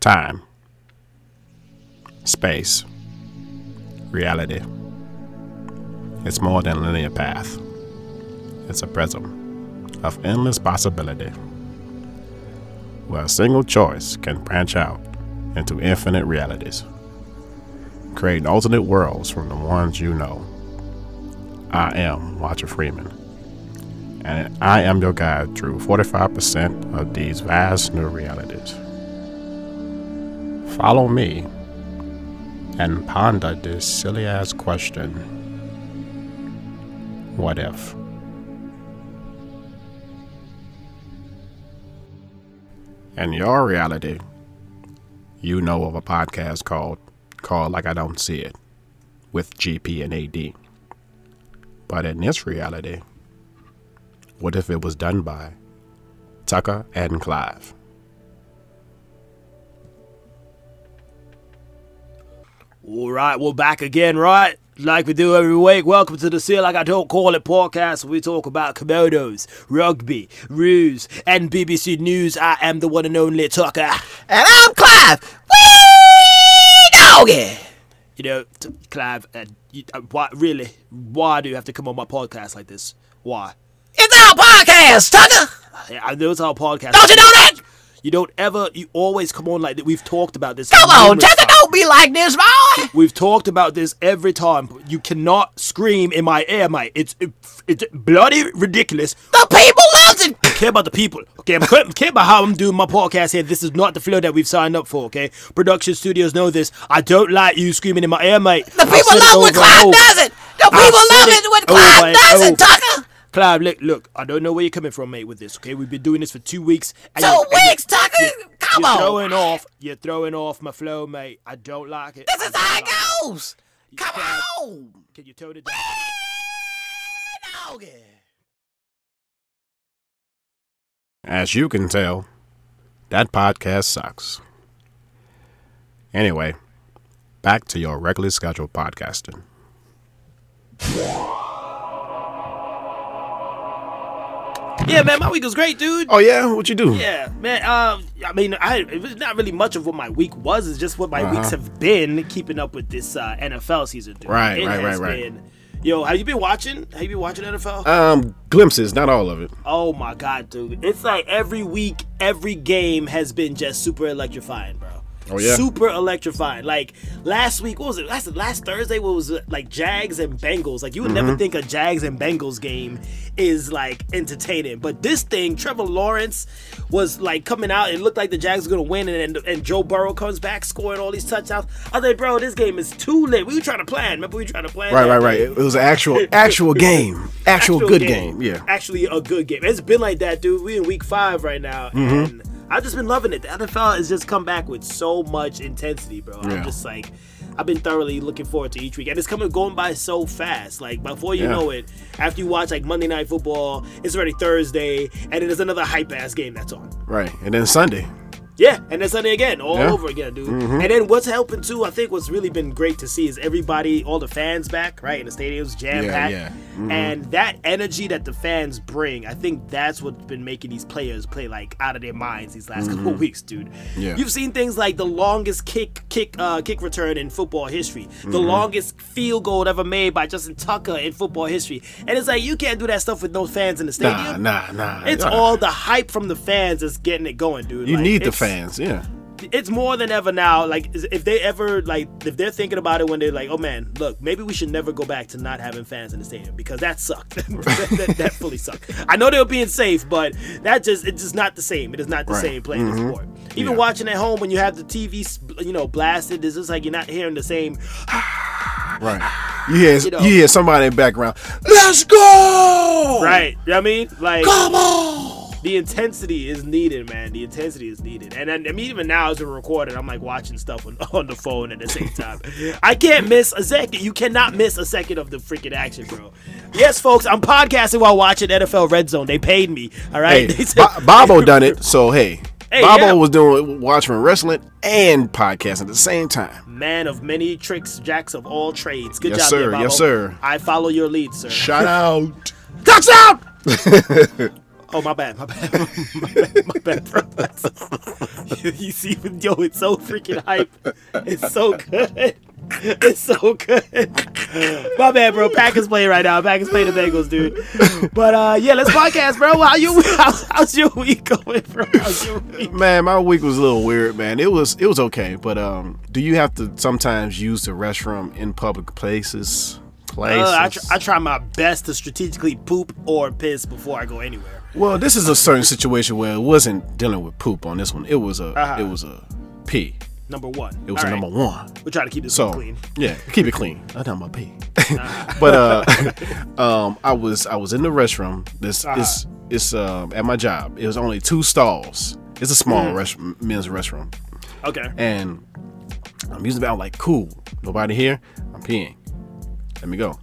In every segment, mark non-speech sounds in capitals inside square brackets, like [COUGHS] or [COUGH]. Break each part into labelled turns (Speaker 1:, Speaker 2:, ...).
Speaker 1: Time. Space. Reality. It's more than a linear path. It's a prism of endless possibility, where a single choice can branch out into infinite realities, creating alternate worlds from the ones you know. I am Watcher Freeman, and I am your guide through 45% of these vast new realities. Follow me and ponder this silly ass question What if? In your reality, you know of a podcast called called Like I Don't See It with GP and AD. But in this reality, what if it was done by Tucker and Clive?
Speaker 2: All right, we're back again, right? Like we do every week. Welcome to the Seal Like I Don't Call It podcast. Where we talk about Komodos, rugby, ruse, and BBC News. I am the one and only Tucker.
Speaker 3: And I'm Clive. Wee doggy.
Speaker 2: You know, t- Clive, uh, you, uh, why, really, why do you have to come on my podcast like this? Why?
Speaker 3: It's our podcast, Tucker.
Speaker 2: I- I know it's our podcast.
Speaker 3: Don't you know that?
Speaker 2: You don't ever, you always come on like that. We've talked about this.
Speaker 3: Come on,
Speaker 2: numerous
Speaker 3: Tucker.
Speaker 2: times.
Speaker 3: Don't be like this, boy.
Speaker 2: We've talked about this every time. You cannot scream in my ear, mate. It's, it's, it's bloody ridiculous.
Speaker 3: The people listen.
Speaker 2: care about the people. Okay, I'm care, care about how I'm doing my podcast here. This is not the flow that we've signed up for. Okay, production studios know this. I don't like you screaming in my ear, mate.
Speaker 3: The people love when Clive does it. The people love it when Clive does
Speaker 2: Oh.
Speaker 3: it, Tucker.
Speaker 2: Clive, look, look, I don't know where you're coming from, mate, with this. Okay, we've been doing this for two weeks. and
Speaker 3: Two
Speaker 2: you- and you-
Speaker 3: weeks, Tucker. Come
Speaker 2: You're
Speaker 3: on.
Speaker 2: throwing off. You're throwing off my flow, mate. I don't like it.
Speaker 3: This is
Speaker 2: I don't
Speaker 3: how
Speaker 2: like it.
Speaker 3: it goes. Come
Speaker 2: can't-
Speaker 3: on.
Speaker 2: Can you tone
Speaker 3: [LAUGHS]
Speaker 2: it down?
Speaker 3: Wee doggy.
Speaker 1: As you can tell, that podcast sucks. Anyway, back to your regularly scheduled podcasting.
Speaker 2: Yeah, man, my week was great, dude.
Speaker 1: Oh yeah, what you do?
Speaker 2: Yeah, man. Uh, I mean, I it was not really much of what my week was. It's just what my
Speaker 1: Uh-huh.
Speaker 2: weeks have been keeping up with this uh, NFL season. Dude.
Speaker 1: Right,
Speaker 2: It
Speaker 1: right,
Speaker 2: has
Speaker 1: right, right.
Speaker 2: Been, yo, have you been watching? Have you been watching NFL?
Speaker 1: Um, glimpses, not all of it.
Speaker 2: oh my god, dude! It's like every week, every game has been just super electrifying, bro.
Speaker 1: Oh, yeah?
Speaker 2: Super electrifying. Like last week, what was it? Last last Thursday what was it? like Jags and Bengals. Like you would
Speaker 1: Mm-hmm.
Speaker 2: never think a Jags and Bengals game is like entertaining. But this thing, Trevor Lawrence was like coming out, it looked like the Jags were gonna win and and, and Joe Burrow comes back scoring all these touchdowns. I was like, bro, this game is too lit. We were trying to plan. Remember we were trying to plan.
Speaker 1: Right,
Speaker 2: that?
Speaker 1: right, right. It was
Speaker 2: [LAUGHS]
Speaker 1: an actual, actual game, actual, good game. Yeah.
Speaker 2: Actually, a good game. It's been like that, dude. We in week five right now,
Speaker 1: Mm-hmm.
Speaker 2: and I've just been loving it. The NFL has just come back with so much intensity, bro.
Speaker 1: Yeah.
Speaker 2: I'm just like, I've been thoroughly looking forward to each week, and it's coming going by so fast. Like before you
Speaker 1: Yeah.
Speaker 2: know it, after you watch like Monday Night Football, it's already Thursday, and then there's another hype ass game that's on.
Speaker 1: Right, and then Sunday.
Speaker 2: Yeah, and then Sunday again, all
Speaker 1: Yeah. Mm-hmm.
Speaker 2: over again, dude. And then what's helping too, I think what's really been great to see is everybody, all the fans back, right? And the stadium's jam packed.
Speaker 1: yeah. Mm-hmm.
Speaker 2: And that energy that the fans bring, I think that's what's been making these players play like out of their minds these last couple of weeks, dude.
Speaker 1: Mm-hmm. Yeah.
Speaker 2: You've seen things like the longest kick kick uh, kick return in football history, the
Speaker 1: Mm-hmm.
Speaker 2: longest field goal ever made by Justin Tucker in football history. And it's like you can't do that stuff with no fans in the stadium.
Speaker 1: Nah, nah, nah.
Speaker 2: It's
Speaker 1: Uh,
Speaker 2: all the hype from the fans that's getting it going, dude.
Speaker 1: You
Speaker 2: Like,
Speaker 1: need the
Speaker 2: it's- [SIGHS]
Speaker 1: fans, yeah.
Speaker 2: it's more than ever now. Like is- if they ever like if they're thinking about it when they're like, oh man, look, maybe we should never go back to not having fans in the stadium because that sucked. [LAUGHS] that, that, that fully sucked. I know they were being safe, but that just it's just not the same. It is not the
Speaker 1: Right. Mm-hmm.
Speaker 2: same playing the sport. Even
Speaker 1: Yeah.
Speaker 2: watching at home when you have the TV, s- you know, blasted, it's just like you're not hearing the same.
Speaker 1: Right. You hear, you,
Speaker 2: know.
Speaker 1: hear somebody in the background. Let's go.
Speaker 2: Right? You know what I mean, like.
Speaker 1: Come on.
Speaker 2: the intensity is needed, man. The intensity is needed. And I, I mean, even now as we're recording, I'm like watching stuff on, [LAUGHS] on the phone at the same
Speaker 1: [LAUGHS]
Speaker 2: time. I can't miss a second. You cannot miss a second of the freaking action, bro. Yes, folks, I'm podcasting while watching NFL Red Zone. They paid me. All right.
Speaker 1: Hey,
Speaker 2: [LAUGHS] They said-
Speaker 1: Bo- Bobo done it, so hey.
Speaker 2: [LAUGHS] Hey,
Speaker 1: Bobo
Speaker 2: yeah.
Speaker 1: was doing watching wrestling and podcasting at the same time.
Speaker 2: Man of many tricks, jacks of all trades. Good
Speaker 1: Yes,
Speaker 2: job, there,
Speaker 1: sir. Yes,
Speaker 2: Bobo.
Speaker 1: sir.
Speaker 2: I follow your lead, sir.
Speaker 1: Shout out.
Speaker 2: Ducks out! [LAUGHS] Oh my bad, my bad, [LAUGHS] my bad, my bad, bro. [LAUGHS] you see, yo, it's so freaking hype. It's so good. It's so good. My bad, bro. Packers playing right now. Packers playing the Bengals, dude. But uh, yeah, let's podcast, bro. How you? How's, how's your week going, bro? How's your week?
Speaker 1: [LAUGHS] Man, my week was a little weird, man. It was it was okay, but um, do you have to sometimes use the restroom in public places? Places.
Speaker 2: Uh, I, tr- I try my best to strategically poop or piss before I go anywhere.
Speaker 1: well, this is a certain situation where it wasn't dealing with poop on this one. It was a
Speaker 2: Uh-huh.
Speaker 1: it was a pee.
Speaker 2: Number one.
Speaker 1: It was a number one.
Speaker 2: We'll try to keep this
Speaker 1: So
Speaker 2: one clean.
Speaker 1: yeah, keep it clean. I done my pee. [LAUGHS] but uh, [LAUGHS] um, I was I was in the restroom. This it's it's um at my job. It was only two stalls. It's a small rest- men's restroom,
Speaker 2: Okay.
Speaker 1: and I'm using the bathroom like cool. Nobody here. I'm peeing. Let me go.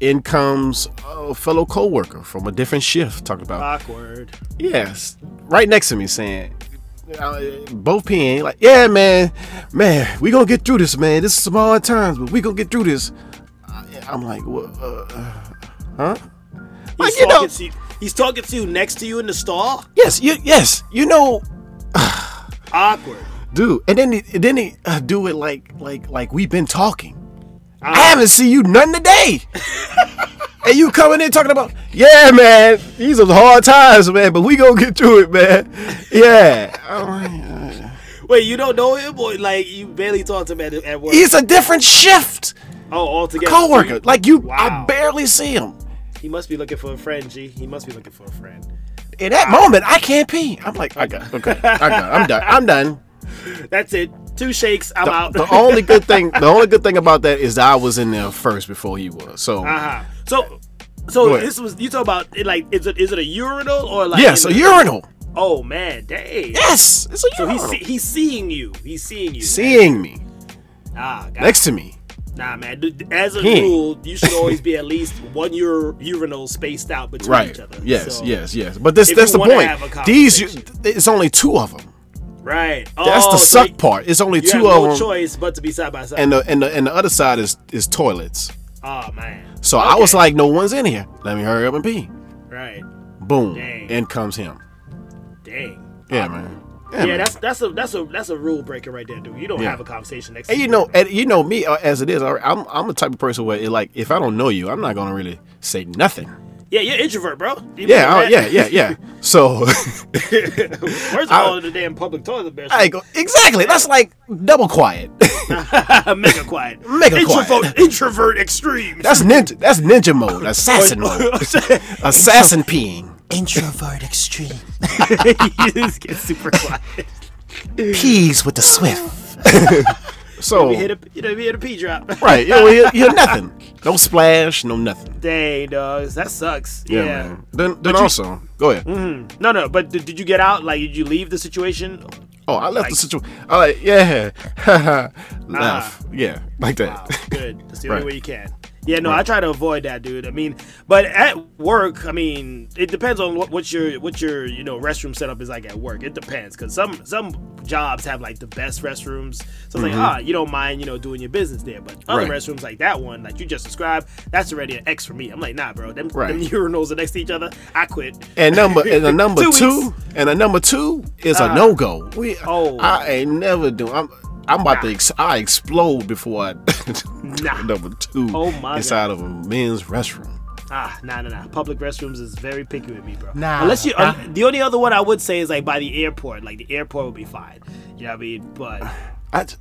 Speaker 1: In comes a fellow coworker from a different shift talking about
Speaker 2: Awkward.
Speaker 1: Yes, right next to me saying, uh, both peeing, like, yeah, man, man, we gonna get through this, man. This is some hard times, but we gonna get through this. I, I'm like, well, uh, uh, huh? Like,
Speaker 2: He's
Speaker 1: you know,
Speaker 2: talking to you- he's talking to you next to you in the stall.
Speaker 1: yes, you, yes, you know,
Speaker 2: Awkward.
Speaker 1: dude. And then, he, and then he uh, do it like, like, like we've been talking. I haven't seen you nothing today. [LAUGHS] and you coming in talking about, yeah, man, these are hard times, man, but we gonna get through it, man. Yeah. I'm like, uh,
Speaker 2: Wait, you don't know him, boy? Like you barely talk to him at, at work.
Speaker 1: He's a different shift
Speaker 2: oh, altogether.
Speaker 1: coworker. Like you, I
Speaker 2: Wow.
Speaker 1: barely see him.
Speaker 2: He must be looking for a friend, G. He must be looking for a friend.
Speaker 1: In that moment, I can't pee. I'm like, I got, okay, I got, I'm done, I'm done.
Speaker 2: That's it. Two shakes. I'm out.
Speaker 1: The only good thing, the only good thing about that is that I was in there first before he was. So
Speaker 2: [LAUGHS] uh-huh. So,
Speaker 1: Go
Speaker 2: so
Speaker 1: ahead.
Speaker 2: this was you talk about it, like is it is it a urinal or like
Speaker 1: yes, a
Speaker 2: in the-
Speaker 1: urinal.
Speaker 2: Oh man, dang.
Speaker 1: Yes, it's a
Speaker 2: So
Speaker 1: urinal.
Speaker 2: he's see, he's seeing you. He's seeing you.
Speaker 1: seeing me
Speaker 2: ah, got
Speaker 1: next Hmm. to me.
Speaker 2: Nah, man. dude, As a
Speaker 1: Peeing.
Speaker 2: rule, you should always
Speaker 1: [LAUGHS]
Speaker 2: be at least one ur- urinal spaced out between
Speaker 1: Right.
Speaker 2: each other.
Speaker 1: Yes.
Speaker 2: So-
Speaker 1: Yes. Yes. But this,
Speaker 2: If
Speaker 1: that's
Speaker 2: you
Speaker 1: the
Speaker 2: wanna
Speaker 1: point.
Speaker 2: have a
Speaker 1: These, you,
Speaker 2: conversation.
Speaker 1: it's only two of them.
Speaker 2: Right.
Speaker 1: That's
Speaker 2: oh,
Speaker 1: the
Speaker 2: so
Speaker 1: suck
Speaker 2: you-
Speaker 1: part. It's only
Speaker 2: You
Speaker 1: two
Speaker 2: have no
Speaker 1: of them.
Speaker 2: choice but to be side by side.
Speaker 1: And the and the and the other side is is toilets.
Speaker 2: oh man.
Speaker 1: So I was
Speaker 2: Okay.
Speaker 1: like, no one's in here. Let me hurry up and pee.
Speaker 2: right.
Speaker 1: Boom.
Speaker 2: Dang.
Speaker 1: In comes him.
Speaker 2: Dang.
Speaker 1: Yeah, man. Yeah,
Speaker 2: Yeah,
Speaker 1: man.
Speaker 2: that's that's a that's a that's a rule breaker right there, dude. You don't
Speaker 1: Yeah.
Speaker 2: have a conversation next.
Speaker 1: and
Speaker 2: to
Speaker 1: you
Speaker 2: me.
Speaker 1: know, and you know me uh, as it is. I- I'm I'm the type of person where it, like if I don't know you, I'm not gonna really say nothing.
Speaker 2: Yeah, you're introvert, bro. You
Speaker 1: Yeah, I,
Speaker 2: know
Speaker 1: yeah,
Speaker 2: that? [LAUGHS]
Speaker 1: yeah, yeah. [LAUGHS] So
Speaker 2: First of all, the damn public toilet bear.
Speaker 1: I go exactly. That's like double quiet.
Speaker 2: [LAUGHS] mega quiet.
Speaker 1: [LAUGHS] Mega quiet.
Speaker 2: introvert, [LAUGHS] Introvert extreme. [LAUGHS]
Speaker 1: [LAUGHS] That's ninja. That's ninja mode. Assassin [LAUGHS] mode. Assassin peeing.
Speaker 3: Introvert extreme.
Speaker 2: you just get [LAUGHS] super quiet.
Speaker 1: Peas with the swift. [LAUGHS] so
Speaker 2: You hit a you know you hit a pee drop. [LAUGHS]
Speaker 1: right, you know, you you nothing. No splash. No nothing.
Speaker 2: Dang, dogs. That sucks.
Speaker 1: Yeah.
Speaker 2: Yeah.
Speaker 1: man. Mm-hmm. Then then also go ahead.
Speaker 2: No, no. But did, did you get out? Like, did you leave the situation?
Speaker 1: Oh, I left
Speaker 2: Like-
Speaker 1: the situation. I like, yeah, [LAUGHS] laugh, yeah, like that.
Speaker 2: Wow, good. That's the only
Speaker 1: Right.
Speaker 2: way you can. Yeah, no, I try to avoid that, dude. I mean, but at work, I mean, it depends on what, what your what your you know restroom setup is like at work. It depends because some some jobs have like the best restrooms, so it's like ah, you don't mind you know doing your business there. But other
Speaker 1: Mm-hmm. Right.
Speaker 2: restrooms like that one, like you just described, that's already an X for me. I'm like, nah, bro, them,
Speaker 1: Right.
Speaker 2: them urinals are next to each other. I quit.
Speaker 1: And number
Speaker 2: [LAUGHS]
Speaker 1: and a number
Speaker 2: Two
Speaker 1: two,
Speaker 2: weeks. Uh,
Speaker 1: and a number two is a no go. We,
Speaker 2: Oh.
Speaker 1: I ain't never do. I'm, I'm about to.
Speaker 2: Nah.
Speaker 1: Ex- I explode before I [LAUGHS]
Speaker 2: Nah.
Speaker 1: number two
Speaker 2: Oh my
Speaker 1: inside of a men's restroom.
Speaker 2: Ah, nah, nah, nah. Public restrooms is very picky with me, bro.
Speaker 1: Nah.
Speaker 2: Unless you, un- the only other one I would say is like by the airport. Like the airport would be fine. You know what I mean? But
Speaker 1: I, j-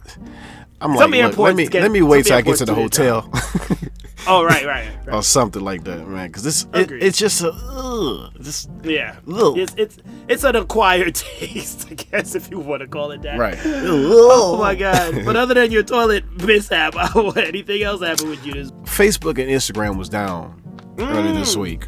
Speaker 2: Some
Speaker 1: I'm like, look, let
Speaker 2: airports
Speaker 1: me
Speaker 2: get-
Speaker 1: let me
Speaker 2: some
Speaker 1: wait till I get
Speaker 2: airports
Speaker 1: to the
Speaker 2: do their [LAUGHS]
Speaker 1: hotel
Speaker 2: oh, right, right, right.
Speaker 1: or something like that, man. Because this, it,
Speaker 2: Agreed.
Speaker 1: it's just a, ugh,
Speaker 2: [LAUGHS]
Speaker 1: just
Speaker 2: yeah,
Speaker 1: Ugh.
Speaker 2: it's it's it's an acquired [LAUGHS] taste, I guess, if you want to call it that.
Speaker 1: right.
Speaker 2: Oh my god! But other than your toilet mishap, [LAUGHS] I don't want anything else happen with you. This-
Speaker 1: Facebook and Instagram was down earlier
Speaker 2: Mm.
Speaker 1: this week.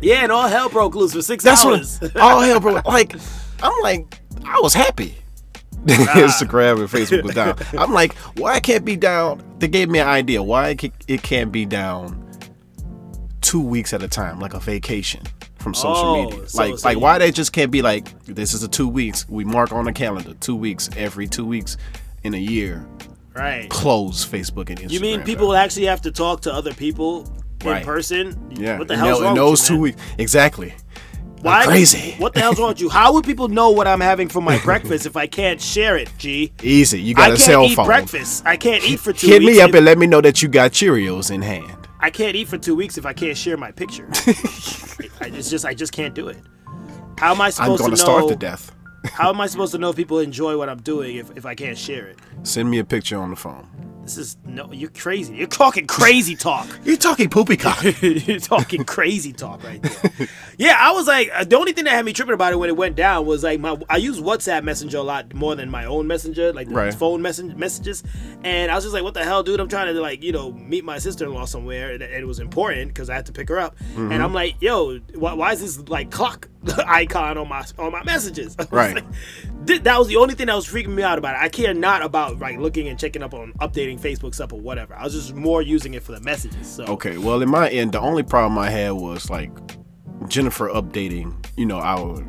Speaker 2: Yeah, and all hell broke loose for six
Speaker 1: That's
Speaker 2: hours.
Speaker 1: what [LAUGHS] all hell bro. Like I'm like I was happy. [LAUGHS] Instagram and Facebook was down. [LAUGHS] I'm like, why it can't be down? They gave me an idea why it ca- it can't be down two weeks at a time, like a vacation from social
Speaker 2: Oh,
Speaker 1: media.
Speaker 2: so-
Speaker 1: like,
Speaker 2: so
Speaker 1: like
Speaker 2: you-
Speaker 1: why they just can't be like, this is a two weeks. We mark on the calendar two weeks every two weeks in a year.
Speaker 2: [LAUGHS] right.
Speaker 1: Close Facebook and Instagram.
Speaker 2: You mean
Speaker 1: down.
Speaker 2: people will actually have to talk to other people in
Speaker 1: Right.
Speaker 2: person?
Speaker 1: Yeah,
Speaker 2: What the
Speaker 1: in
Speaker 2: hell's
Speaker 1: tho-
Speaker 2: wrong
Speaker 1: in
Speaker 2: with
Speaker 1: those
Speaker 2: you,
Speaker 1: two
Speaker 2: man?
Speaker 1: weeks exactly.
Speaker 2: Why?
Speaker 1: crazy.
Speaker 2: What the hell's wrong with you? How would people know what I'm having for
Speaker 1: [LAUGHS]
Speaker 2: my breakfast if I can't share it, G?
Speaker 1: Easy.
Speaker 2: I
Speaker 1: You got a
Speaker 2: can't
Speaker 1: cell
Speaker 2: eat
Speaker 1: phone.
Speaker 2: breakfast. I can't eat for two
Speaker 1: Hit
Speaker 2: weeks.
Speaker 1: me up
Speaker 2: if-
Speaker 1: and let me know that you got Cheerios in hand.
Speaker 2: I can't eat for two weeks if I can't share my
Speaker 1: [LAUGHS]
Speaker 2: picture. I, it's just I just can't do it. How am I
Speaker 1: I'm
Speaker 2: supposed
Speaker 1: going to
Speaker 2: know?
Speaker 1: starve to death.
Speaker 2: How am I supposed to know if people enjoy what I'm doing if, if I can't share it?
Speaker 1: Send me a picture on the phone.
Speaker 2: This is no. You're crazy. You're talking crazy talk.
Speaker 1: You're talking poopy [LAUGHS] cock.
Speaker 2: [LAUGHS] You're talking crazy talk right there. Yeah, I was like, uh, the only thing that had me tripping about it when it went down was like my I use WhatsApp Messenger a lot more than my own messenger, like the
Speaker 1: Right.
Speaker 2: phone messen- messages. And I was just like, what the hell, dude? I'm trying to like you know meet my sister in law somewhere, and, and it was important because I had to pick her up.
Speaker 1: Mm-hmm.
Speaker 2: And I'm like, yo, why, why is this like clock [LAUGHS] icon on my on my messages? [LAUGHS] I was
Speaker 1: Right.
Speaker 2: like, Th- that was the only thing that was freaking me out about it. I care not about like looking and checking up on updating Facebook stuff or whatever. I was just more using it for the messages. So
Speaker 1: Okay, well, in my end, the only problem I had was like Jennifer updating, you know, our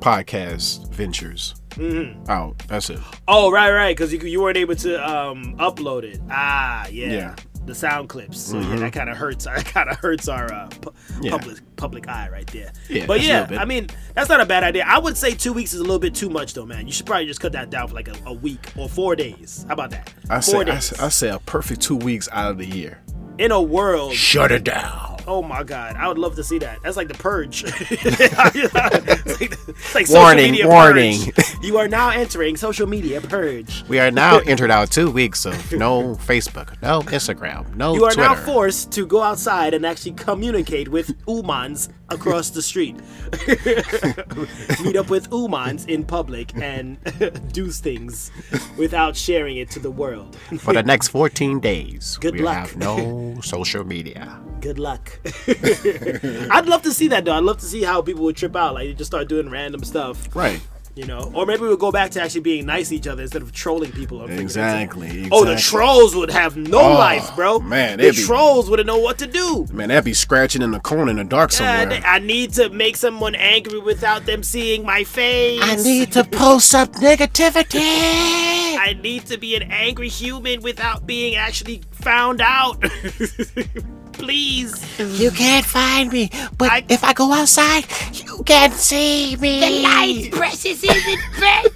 Speaker 1: podcast ventures
Speaker 2: Mm-hmm.
Speaker 1: out. That's it.
Speaker 2: Oh right, right, because you you weren't able to um upload it. Ah, yeah.
Speaker 1: Yeah. Mm-hmm.
Speaker 2: The sound clips. So yeah, that kind of hurts. [LAUGHS] That kind of hurts our uh, pu-
Speaker 1: Yeah.
Speaker 2: public public eye right there.
Speaker 1: Yeah,
Speaker 2: but
Speaker 1: just a
Speaker 2: yeah,
Speaker 1: little bit.
Speaker 2: I mean that's not a bad idea. I would say two weeks is a little bit too much though, man. You should probably just cut that down for like a, a week or four days. How about that?
Speaker 1: I
Speaker 2: four
Speaker 1: say, I, say, I say a perfect two weeks out of the year.
Speaker 2: In a world
Speaker 1: Shut it down.
Speaker 2: Oh my god, I would love to see that. That's like the purge. [LAUGHS] it's like, it's like social
Speaker 1: Warning,
Speaker 2: media
Speaker 1: warning.
Speaker 2: purge. You are now entering social media purge.
Speaker 1: We are [LAUGHS] now entered our two weeks of no Facebook, no Instagram, no
Speaker 2: You are
Speaker 1: Twitter.
Speaker 2: now forced to go outside and actually communicate with umans across the
Speaker 1: [LAUGHS]
Speaker 2: street. Meet up with umans in public and do things without sharing it to the world.
Speaker 1: For the next 14 days,
Speaker 2: Good
Speaker 1: we
Speaker 2: luck.
Speaker 1: have no social media.
Speaker 2: Good luck.
Speaker 1: [LAUGHS]
Speaker 2: I'd love to see that though. I'd love to see how people would trip out. Like they just start doing random stuff.
Speaker 1: Right.
Speaker 2: You know, or maybe we'll go back to actually being nice to each other instead of trolling people. On freaking
Speaker 1: Exactly,
Speaker 2: Instagram. Oh, the
Speaker 1: exactly.
Speaker 2: trolls would have no
Speaker 1: Oh,
Speaker 2: life, bro.
Speaker 1: man,
Speaker 2: the
Speaker 1: it'd be-
Speaker 2: trolls wouldn't know what to do.
Speaker 1: Man, that'd be scratching in the corner in the dark somewhere.
Speaker 2: God, I need to make someone angry without them seeing my face.
Speaker 3: I need to post up negativity.
Speaker 2: I need to be an angry human without being actually found out. [LAUGHS] Please.
Speaker 3: You can't find me, but if I go outside, you can see me.
Speaker 4: The light precious is it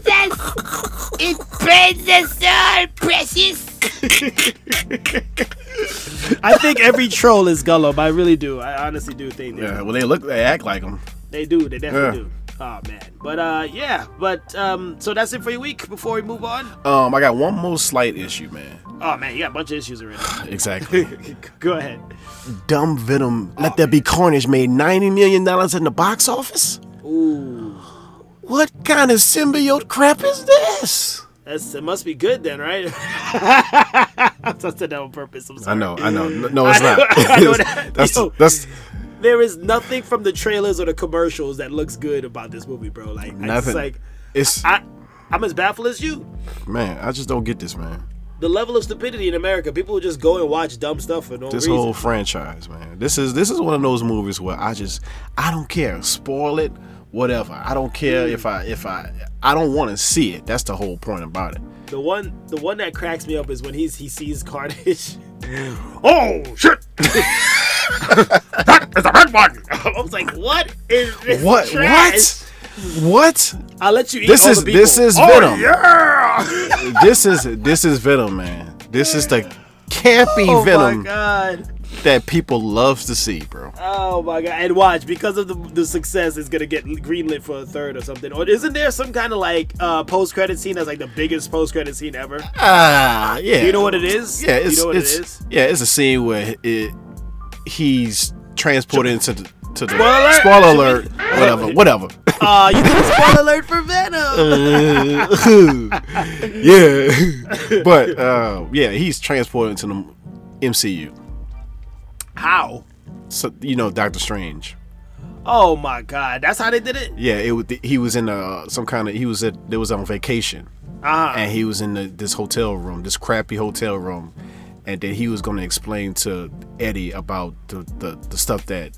Speaker 4: precious? It precious all precious.
Speaker 2: I think every troll is Gollum. I really do. I honestly do think that.
Speaker 1: yeah, well, they look, they act like them.
Speaker 2: They do. They definitely
Speaker 1: Yeah.
Speaker 2: do. Oh man. But uh, yeah. But um, so that's it for your week. Before we move on.
Speaker 1: Um, I got one more slight issue, man. [LAUGHS]
Speaker 2: Oh man, you got a bunch of issues already. [LAUGHS]
Speaker 1: Exactly.
Speaker 2: Go ahead.
Speaker 1: Dumb Venom, Let There Be Carnage made $90 million in the box office?
Speaker 2: Ooh,
Speaker 1: What kind of symbiote crap is this?
Speaker 2: that's it. Must be good then, right? [LAUGHS] I said that on purpose. I'm
Speaker 1: I
Speaker 2: sorry.
Speaker 1: know, I know. N- No, [LAUGHS] it's not.
Speaker 2: [LAUGHS] I know that.
Speaker 1: that's,
Speaker 2: Yo.
Speaker 1: that's
Speaker 2: There is nothing from the trailers or the commercials that looks good about this movie, bro. Like I
Speaker 1: nothing.
Speaker 2: just like
Speaker 1: it's,
Speaker 2: I, I'm as baffled as you.
Speaker 1: man, I just don't get this, man.
Speaker 2: The level of stupidity in America. People just go and watch dumb stuff for no
Speaker 1: This
Speaker 2: reason.
Speaker 1: whole franchise, man. This is this is one of those movies where I just I don't care. Spoil it, whatever. I don't care if I if I I don't want to see it. That's the whole point about it.
Speaker 2: The one, the one that cracks me up is when he's he sees Carnage. [LAUGHS] oh shit! [LAUGHS] that is a red one. I was like, what is this?
Speaker 1: What?
Speaker 2: trash?
Speaker 1: What? What?
Speaker 2: I'll let you eat
Speaker 1: This
Speaker 2: all
Speaker 1: is
Speaker 2: the people.
Speaker 1: this is
Speaker 2: Oh,
Speaker 1: Venom.
Speaker 2: yeah!
Speaker 1: [LAUGHS] This is this is Venom, man. This is the campy
Speaker 2: Oh my
Speaker 1: Venom
Speaker 2: god!
Speaker 1: that people love to see, bro.
Speaker 2: Oh my god! And watch, because of the, the success, it's gonna get greenlit for a third or something. Or isn't there some kind of like uh, post credit scene that's like the biggest post credit scene ever?
Speaker 1: Ah, yeah.
Speaker 2: you know what it is?
Speaker 1: Yeah,
Speaker 2: You
Speaker 1: it's,
Speaker 2: know what it
Speaker 1: it's [LAUGHS]
Speaker 2: is?
Speaker 1: yeah, it's a scene where it he's transported into the to the
Speaker 2: Spoiler alert!
Speaker 1: spoiler alert,
Speaker 2: [LAUGHS]
Speaker 1: whatever, whatever.
Speaker 2: Uh, you did a spoiler alert for
Speaker 1: Uh,
Speaker 2: Venom. [LAUGHS]
Speaker 1: [LAUGHS] yeah, but uh, yeah, he's transported into the MCU.
Speaker 2: How?
Speaker 1: So you know, Doctor Strange.
Speaker 2: Oh my god! That's how they did it.
Speaker 1: Yeah, it was he was in uh, some kind of he was at they was on vacation
Speaker 2: Uh-huh.
Speaker 1: and he was in the, this hotel room, this crappy hotel room, and then he was going to explain to Eddie about the, the the stuff that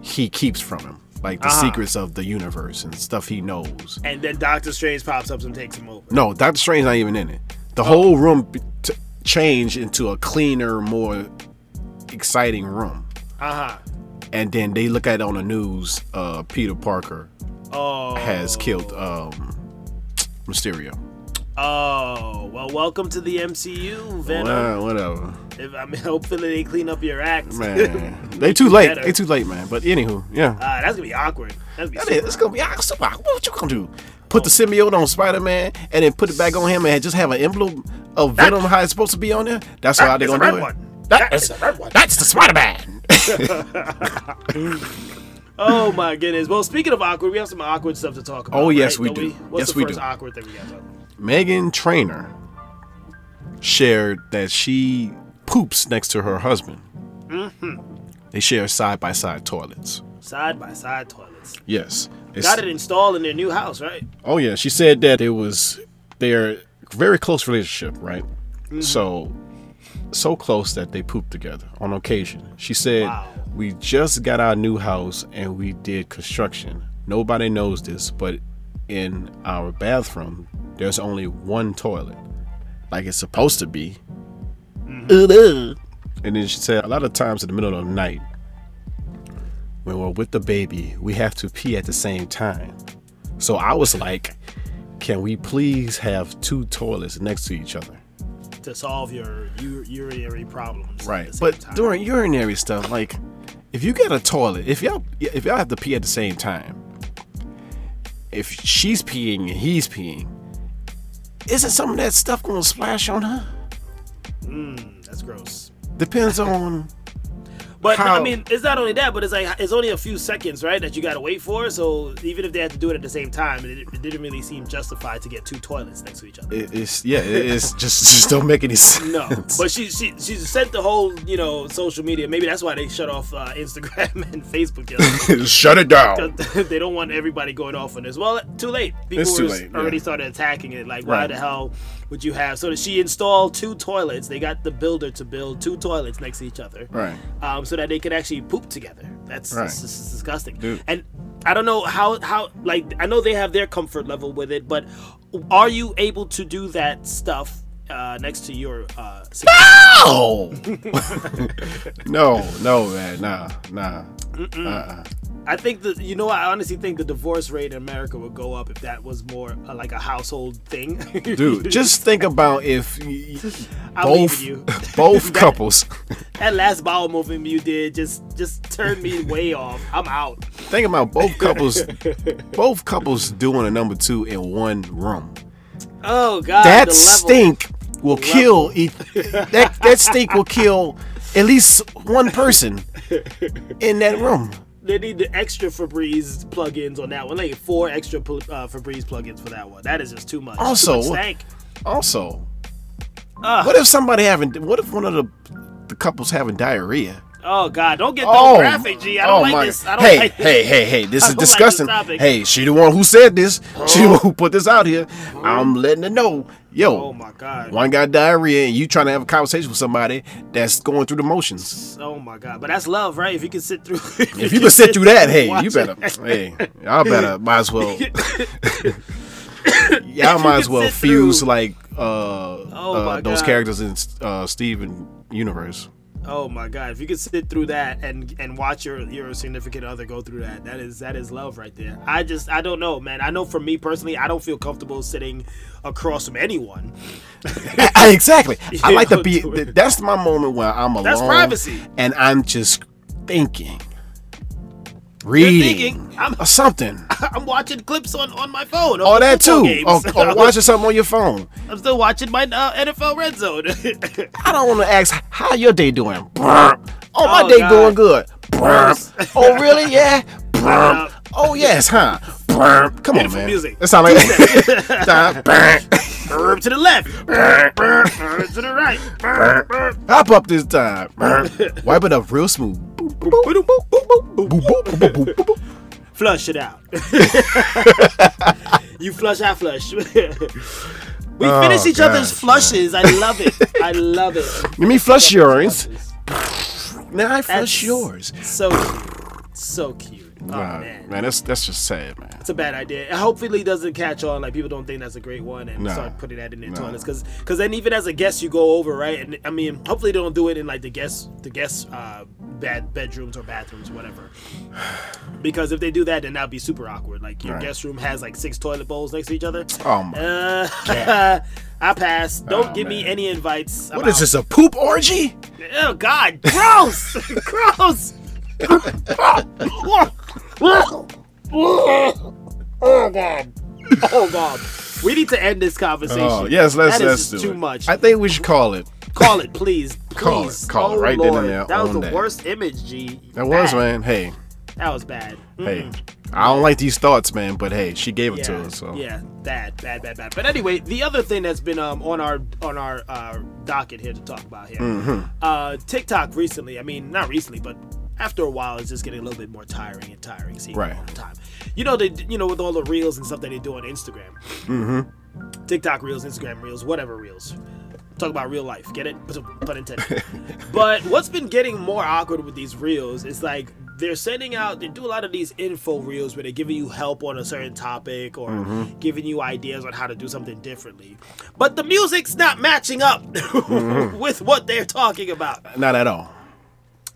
Speaker 1: he keeps from him, like the secrets of the universe and stuff he knows.
Speaker 2: And then Doctor Strange pops up and takes him over.
Speaker 1: No, Doctor Strange not even in it. The whole room b- t- changed into a cleaner, more exciting room.
Speaker 2: Uh huh.
Speaker 1: and then they look at it on the news. Uh, Peter Parker
Speaker 2: Oh.
Speaker 1: has killed um, Mysterio.
Speaker 2: Oh. Well, welcome to the MCU, Venom.
Speaker 1: Well, whatever,
Speaker 2: If, I mean, [LAUGHS] hopefully they clean up your act. [LAUGHS]
Speaker 1: man. they too late.
Speaker 2: Better.
Speaker 1: They too late, man. But anywho, yeah.
Speaker 2: Ah, that's gonna be awkward. That's gonna
Speaker 1: That
Speaker 2: be
Speaker 1: is, it's gonna be awesome. What you gonna do? Put the
Speaker 2: Oh.
Speaker 1: symbiote on Spider Man and then put it back on him and just have an emblem of Venom how it's supposed to be on there? That's how they
Speaker 2: is a
Speaker 1: gonna do
Speaker 2: red
Speaker 1: it.
Speaker 2: one.
Speaker 1: that is, That's the Spider Man.
Speaker 2: [LAUGHS] Oh my goodness. Well, speaking of awkward, we have some awkward stuff to talk about.
Speaker 1: Oh, yes,
Speaker 2: right?
Speaker 1: we
Speaker 2: Don't
Speaker 1: do.
Speaker 2: What's
Speaker 1: Yes,
Speaker 2: the
Speaker 1: we
Speaker 2: first
Speaker 1: do.
Speaker 2: awkward thing we got to talk about?
Speaker 1: Megan Trainer shared that she poops next to her husband.
Speaker 2: Mm-hmm.
Speaker 1: They share side by side toilets.
Speaker 2: Side by side toilets.
Speaker 1: Yes. It's-
Speaker 2: Got it installed in their new house, right?
Speaker 1: Oh yeah, she said that it was their very close relationship, right? So so close that they pooped together on occasion. She said,
Speaker 2: Wow.
Speaker 1: "We just got our new house and we did construction. Nobody knows this, but in our bathroom there's only one toilet. Like it's supposed to be." Uh-uh. And then she said, "A lot of times in the middle of the night, when we're with the baby, we have to pee at the same time." So I was like, can we please have two toilets next to each other?
Speaker 2: To solve your u- urinary problems. at the same
Speaker 1: But
Speaker 2: time.
Speaker 1: during urinary stuff, like if you got a toilet, if y'all if y'all have to pee at the same time, if she's peeing and he's peeing, isn't some of that stuff gonna splash on her?
Speaker 2: That's gross.
Speaker 1: Depends
Speaker 2: [LAUGHS]
Speaker 1: on
Speaker 2: But I
Speaker 1: How?
Speaker 2: mean, it's not only that, but it's like it's only a few seconds, right? That you gotta wait for. So even if they had to do it at the same time, it, it didn't really seem justified to get two toilets next to each
Speaker 1: [LAUGHS]
Speaker 2: other.
Speaker 1: it- it's yeah, it- it's just just don't make any sense.
Speaker 2: no, but she she she sent the whole you know social media. Maybe that's why they shut off uh, Instagram [LAUGHS] and Facebook. the other day.
Speaker 1: [LAUGHS] Shut it
Speaker 2: [LAUGHS]
Speaker 1: down.
Speaker 2: 'Cause they don't want everybody going off on this. Well, too late. People
Speaker 1: It's too
Speaker 2: was-
Speaker 1: late,
Speaker 2: already
Speaker 1: yeah.
Speaker 2: started attacking it. Like, why
Speaker 1: Right.
Speaker 2: the hell would you have? So she installed two toilets. They got the builder to build two toilets next to each other,
Speaker 1: Right.
Speaker 2: Um, so that they could actually poop together. That's,
Speaker 1: Right.
Speaker 2: that's just disgusting.
Speaker 1: Dude.
Speaker 2: And I don't know how how like I know they have their comfort level with it, but are you able to do that stuff uh, next to your? Uh, significant- [LAUGHS]
Speaker 1: Oh [LAUGHS] no, no man, nah, nah.
Speaker 2: I think that you know I honestly think the divorce rate in America would go up if that was more uh, like a household thing. [LAUGHS]
Speaker 1: dude just think about if y-
Speaker 2: I'm
Speaker 1: both
Speaker 2: leaving you.
Speaker 1: both couples
Speaker 2: That last bowel movement you did just just turned me
Speaker 1: [LAUGHS]
Speaker 2: way off. I'm out.
Speaker 1: think about both couples both couples doing a number two in one room
Speaker 2: Oh god.
Speaker 1: that
Speaker 2: the level.
Speaker 1: stink will kill each, that that stink will kill at least one person in that room
Speaker 2: They need the extra Febreze plugins on that one. Like four extra pl- uh, Febreze plugins for that one. That is just too much. Too
Speaker 1: Also-
Speaker 2: much stank.
Speaker 1: also
Speaker 2: Ah.
Speaker 1: what if somebody having what if one of the the couples having diarrhea
Speaker 2: Oh god, don't get
Speaker 1: Oh,
Speaker 2: no graphic, G. I don't
Speaker 1: oh
Speaker 2: like
Speaker 1: my-
Speaker 2: this. I don't
Speaker 1: hey,
Speaker 2: like this.
Speaker 1: hey, hey, hey!
Speaker 2: [LAUGHS]
Speaker 1: This
Speaker 2: I
Speaker 1: is
Speaker 2: don't like this
Speaker 1: disgusting.
Speaker 2: topic.
Speaker 1: hey, she the one who said this. She the one who put this out here. I'm letting her know. Yo,
Speaker 2: Oh my god.
Speaker 1: one got diarrhea, and you trying to have a conversation with somebody that's going through the motions.
Speaker 2: Oh my god. But that's love, right? If you can sit through [LAUGHS]
Speaker 1: If you can sit through that, hey,
Speaker 2: watch
Speaker 1: you
Speaker 2: it.
Speaker 1: better. Hey, y'all better might
Speaker 2: [LAUGHS]
Speaker 1: as well. y'all might as
Speaker 2: can
Speaker 1: well
Speaker 2: sit
Speaker 1: fuse
Speaker 2: through- Oh
Speaker 1: like uh, uh,
Speaker 2: my
Speaker 1: those
Speaker 2: God.
Speaker 1: characters in uh, Steven universe.
Speaker 2: Oh my god, if you could sit through that and and watch your your significant other go through that, that is that is love right there. I just I don't know, man. I know for me personally, I don't feel comfortable sitting across from anyone.
Speaker 1: I- exactly. I
Speaker 2: Yeah,
Speaker 1: like to
Speaker 2: go
Speaker 1: be.
Speaker 2: do
Speaker 1: th- That's my moment where I'm alone.
Speaker 2: That's privacy.
Speaker 1: And I'm just thinking, reading,
Speaker 2: thinking, I'm- [LAUGHS]
Speaker 1: or something.
Speaker 2: I'm watching clips on on my phone. of
Speaker 1: Or
Speaker 2: the
Speaker 1: that
Speaker 2: football
Speaker 1: too.
Speaker 2: games. [LAUGHS]
Speaker 1: Or, or watching something on your phone.
Speaker 2: I'm still watching my uh, NFL Red Zone. [LAUGHS]
Speaker 1: I don't want to ask how your day doing. Brr. Oh, my
Speaker 2: Oh,
Speaker 1: day
Speaker 2: God.
Speaker 1: going good. Brr. Oh really? Yeah. Brr. Oh yes, huh? Brr. Come on,
Speaker 2: Beautiful
Speaker 1: man.
Speaker 2: music.
Speaker 1: That sound like that. Brr.
Speaker 2: Burp to the
Speaker 1: [LAUGHS]
Speaker 2: left, burp, burp, burp to the right. burp, burp.
Speaker 1: Hop up this time. Wipe it up real smooth. Boop, boop, boop, boop, boop, boop, boop, boop, boop, boop, boop.
Speaker 2: Flush it out. you flush, I flush. [LAUGHS] we finish each other's flushes. I love it. I love it.
Speaker 1: Let me flush yours. Now I flush
Speaker 2: That's
Speaker 1: yours.
Speaker 2: So So cute. Oh,
Speaker 1: Nah,
Speaker 2: man.
Speaker 1: man, that's that's just sad, man.
Speaker 2: It's a bad idea. And Hopefully, it doesn't catch on. Like people don't think that's a great one, and
Speaker 1: Nah.
Speaker 2: start putting that in their
Speaker 1: Nah.
Speaker 2: toilets. Because then even as a guest, you go over right. And I mean, hopefully they don't do it in like the guest the guest uh, bad bedrooms or bathrooms or whatever. [SIGHS] Because if they do that, then that'd be super awkward. Like your
Speaker 1: Right.
Speaker 2: guest room has like six toilet bowls next to each other.
Speaker 1: Oh my.
Speaker 2: Uh, [LAUGHS] I pass. Don't
Speaker 1: Oh,
Speaker 2: give me
Speaker 1: man.
Speaker 2: any invites.
Speaker 1: what is this? A poop orgy?
Speaker 2: Oh God! Gross! [LAUGHS] gross! oh God! Oh God! We need to end this conversation.
Speaker 1: Oh yes, let's
Speaker 2: That is
Speaker 1: let's
Speaker 2: just
Speaker 1: do
Speaker 2: too
Speaker 1: it.
Speaker 2: much.
Speaker 1: I think we should call it.
Speaker 2: call it, please.
Speaker 1: [LAUGHS] Call it,
Speaker 2: Please.
Speaker 1: call it
Speaker 2: oh,
Speaker 1: right then
Speaker 2: Lord.
Speaker 1: and there
Speaker 2: That was
Speaker 1: on
Speaker 2: the
Speaker 1: that.
Speaker 2: worst image, G.
Speaker 1: That was
Speaker 2: Bad.
Speaker 1: man. Hey,
Speaker 2: That was bad. Hmm.
Speaker 1: hey. I don't like these thoughts, man, but hey, she gave it
Speaker 2: Mm. Yeah,
Speaker 1: to us. So
Speaker 2: yeah, bad, bad, bad, bad. But anyway, the other thing that's been um, on our on our uh, docket here to talk about here,
Speaker 1: Mm-hmm.
Speaker 2: uh, TikTok recently. I mean, not recently, but after a while, it's just getting a little bit more tiring and tiring. Seeing
Speaker 1: Right.
Speaker 2: it all the time. You know, they you know with all the reels and stuff that they do on Instagram,
Speaker 1: Mm-hmm.
Speaker 2: TikTok reels, Instagram reels, whatever reels. Talk about real life, get it? Pun intended. but what's been getting more awkward with these reels is like they're sending out, they do a lot of these info reels where they're giving you help on a certain topic or giving you ideas on how to do something differently. But the music's not matching up [LAUGHS] with what they're talking about.
Speaker 1: not at all.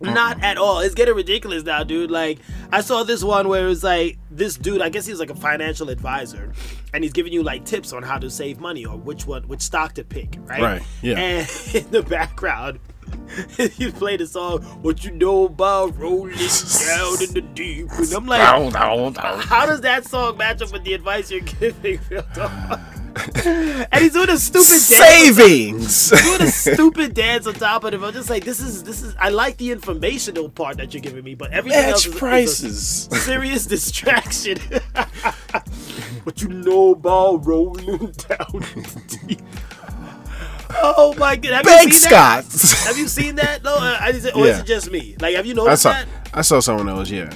Speaker 2: Not at all. It's getting ridiculous now, dude. Like I saw this one where it was like this dude. I guess he's like a financial advisor, and he's giving you like tips on how to save money or which one, which stock to pick, right?
Speaker 1: Right, yeah.
Speaker 2: And [LAUGHS] in the background, [LAUGHS] he played a song. What you know about rolling down in the deep? And I'm like, how does that song match up with the advice you're giving, Phil? [LAUGHS]
Speaker 1: [LAUGHS]
Speaker 2: Dog? and he's doing a stupid dance [LAUGHS]
Speaker 1: Savings.
Speaker 2: doing
Speaker 1: [LAUGHS]
Speaker 2: a stupid dance on top of it. I'm just like, this is this is. I like the informational part that you're giving me, but everything else
Speaker 1: Match
Speaker 2: is, is
Speaker 1: prices.
Speaker 2: a serious distraction. [LAUGHS] what you know about rolling [LAUGHS] down deep? [LAUGHS] Oh my god! Have
Speaker 1: Bank
Speaker 2: you seen that?
Speaker 1: Scots.
Speaker 2: Have you seen that? No, uh, I just, or is
Speaker 1: Yeah.
Speaker 2: it just me? Like, have you
Speaker 1: I
Speaker 2: noticed
Speaker 1: saw
Speaker 2: that? Mm.
Speaker 1: I saw someone else, yeah.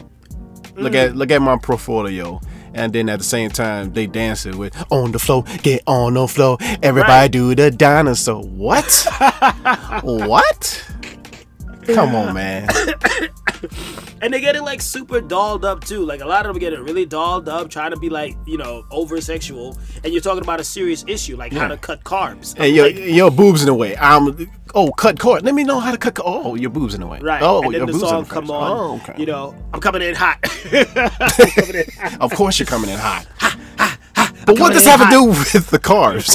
Speaker 1: Look at look at my portfolio. And then at the same time they dancing with on the floor, get on the floor, everybody
Speaker 2: Right.
Speaker 1: do the dinosaur.
Speaker 2: [LAUGHS]
Speaker 1: What? what? Come
Speaker 2: [LAUGHS]
Speaker 1: on, man.
Speaker 2: And they're getting like super dolled up too. Like a lot of them getting really dolled up, trying to be like, you know, over sexual. And you're talking about a serious issue, like how to cut carbs.
Speaker 1: And your your boobs in the way. I'm oh cut cord. Let me know how to cut. cord. Oh, your boobs in the way.
Speaker 2: Right.
Speaker 1: Oh,
Speaker 2: and then
Speaker 1: your
Speaker 2: the
Speaker 1: boobs in
Speaker 2: song
Speaker 1: way.
Speaker 2: come on.
Speaker 1: Oh, okay.
Speaker 2: You know, I'm coming in hot. [LAUGHS]
Speaker 1: Of course you're coming in hot. but what
Speaker 2: coming
Speaker 1: does
Speaker 2: in
Speaker 1: have to
Speaker 2: hot.
Speaker 1: do with the carbs?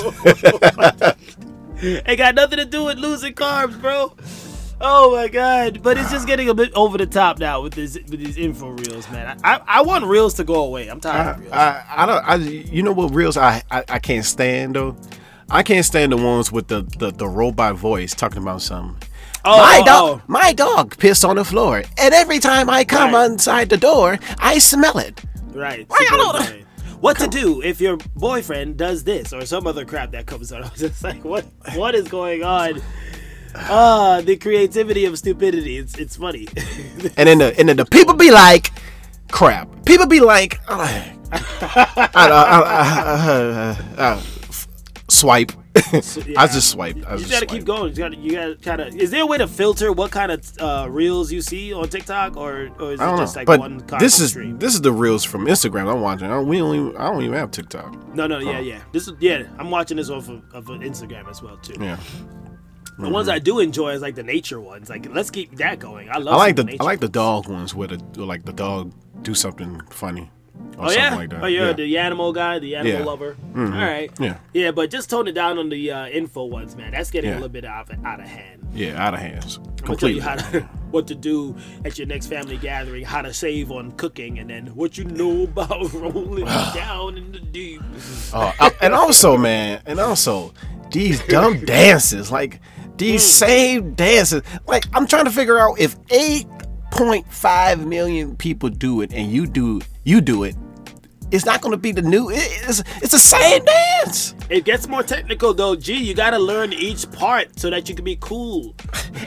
Speaker 2: Ain't got nothing to do with losing carbs, bro. Oh my god. But it's just getting a bit over the top now with this with these info reels, man. I I, I want reels to go away. I'm tired
Speaker 1: Uh-huh.
Speaker 2: of reels.
Speaker 1: I, I don't. I, you know what reels I, I I can't stand though. I can't stand the ones with the the, the robot voice talking about something.
Speaker 2: Oh,
Speaker 1: my
Speaker 2: oh, oh.
Speaker 1: dog, my dog pissed on the floor, and every time I come
Speaker 2: Right.
Speaker 1: inside the door, I smell it.
Speaker 2: oh, Right.
Speaker 1: Why
Speaker 2: super
Speaker 1: I don't-
Speaker 2: annoying. What to do if your boyfriend does this or some other crap that comes out? [LAUGHS] I was just like, what what is going
Speaker 1: [SIGHS]
Speaker 2: on? Ah, the creativity of stupidity. It's it's funny. [LAUGHS]
Speaker 1: And then the and then the people be like, crap. People be like, ah, I- I- I- I- I- I- f- swipe. [LAUGHS] I
Speaker 2: yeah.
Speaker 1: just swiped. I
Speaker 2: You
Speaker 1: just
Speaker 2: gotta keep
Speaker 1: swiped.
Speaker 2: going. You gotta, you gotta kind of. Is there a way to filter what kind of uh, reels you see on TikTok, or or is it
Speaker 1: I don't
Speaker 2: just
Speaker 1: know,
Speaker 2: like one
Speaker 1: but
Speaker 2: constant
Speaker 1: this is
Speaker 2: stream?
Speaker 1: this is the reels from Instagram. I'm watching. I don't, we don't even, I don't even have TikTok.
Speaker 2: No, no,
Speaker 1: Oh.
Speaker 2: yeah, yeah. This is yeah. I'm watching this off of, of Instagram as well too.
Speaker 1: Yeah.
Speaker 2: The ones I do enjoy is like the nature ones. Like let's keep that going. I love.
Speaker 1: I like
Speaker 2: some
Speaker 1: the
Speaker 2: nature
Speaker 1: I like the
Speaker 2: ones.
Speaker 1: dog ones where the where, like the dog do something funny or
Speaker 2: Oh
Speaker 1: something
Speaker 2: yeah.
Speaker 1: like that.
Speaker 2: Oh yeah, the animal guy, the animal
Speaker 1: Yeah. Mm-hmm.
Speaker 2: lover. All right.
Speaker 1: Yeah.
Speaker 2: Yeah, but just tone it down on the uh, info ones, man. That's getting a
Speaker 1: Yeah.
Speaker 2: little bit out of, out of hand.
Speaker 1: yeah, out of hands.
Speaker 2: I'm gonna tell
Speaker 1: Completely.
Speaker 2: you how to, [LAUGHS] what to do at your next family gathering, how to save on cooking, and then what you know [LAUGHS] about rolling down in the deep.
Speaker 1: Oh, I- and also, man, and also these
Speaker 2: [LAUGHS]
Speaker 1: dumb dances, like these
Speaker 2: Mm.
Speaker 1: same dances. Like I'm trying to figure out if 8.5 million people do it and you do you do it, it's not going to be the new. it- it's it's the same dance.
Speaker 2: It gets more technical though, G. You gotta learn each part so that you can be cool.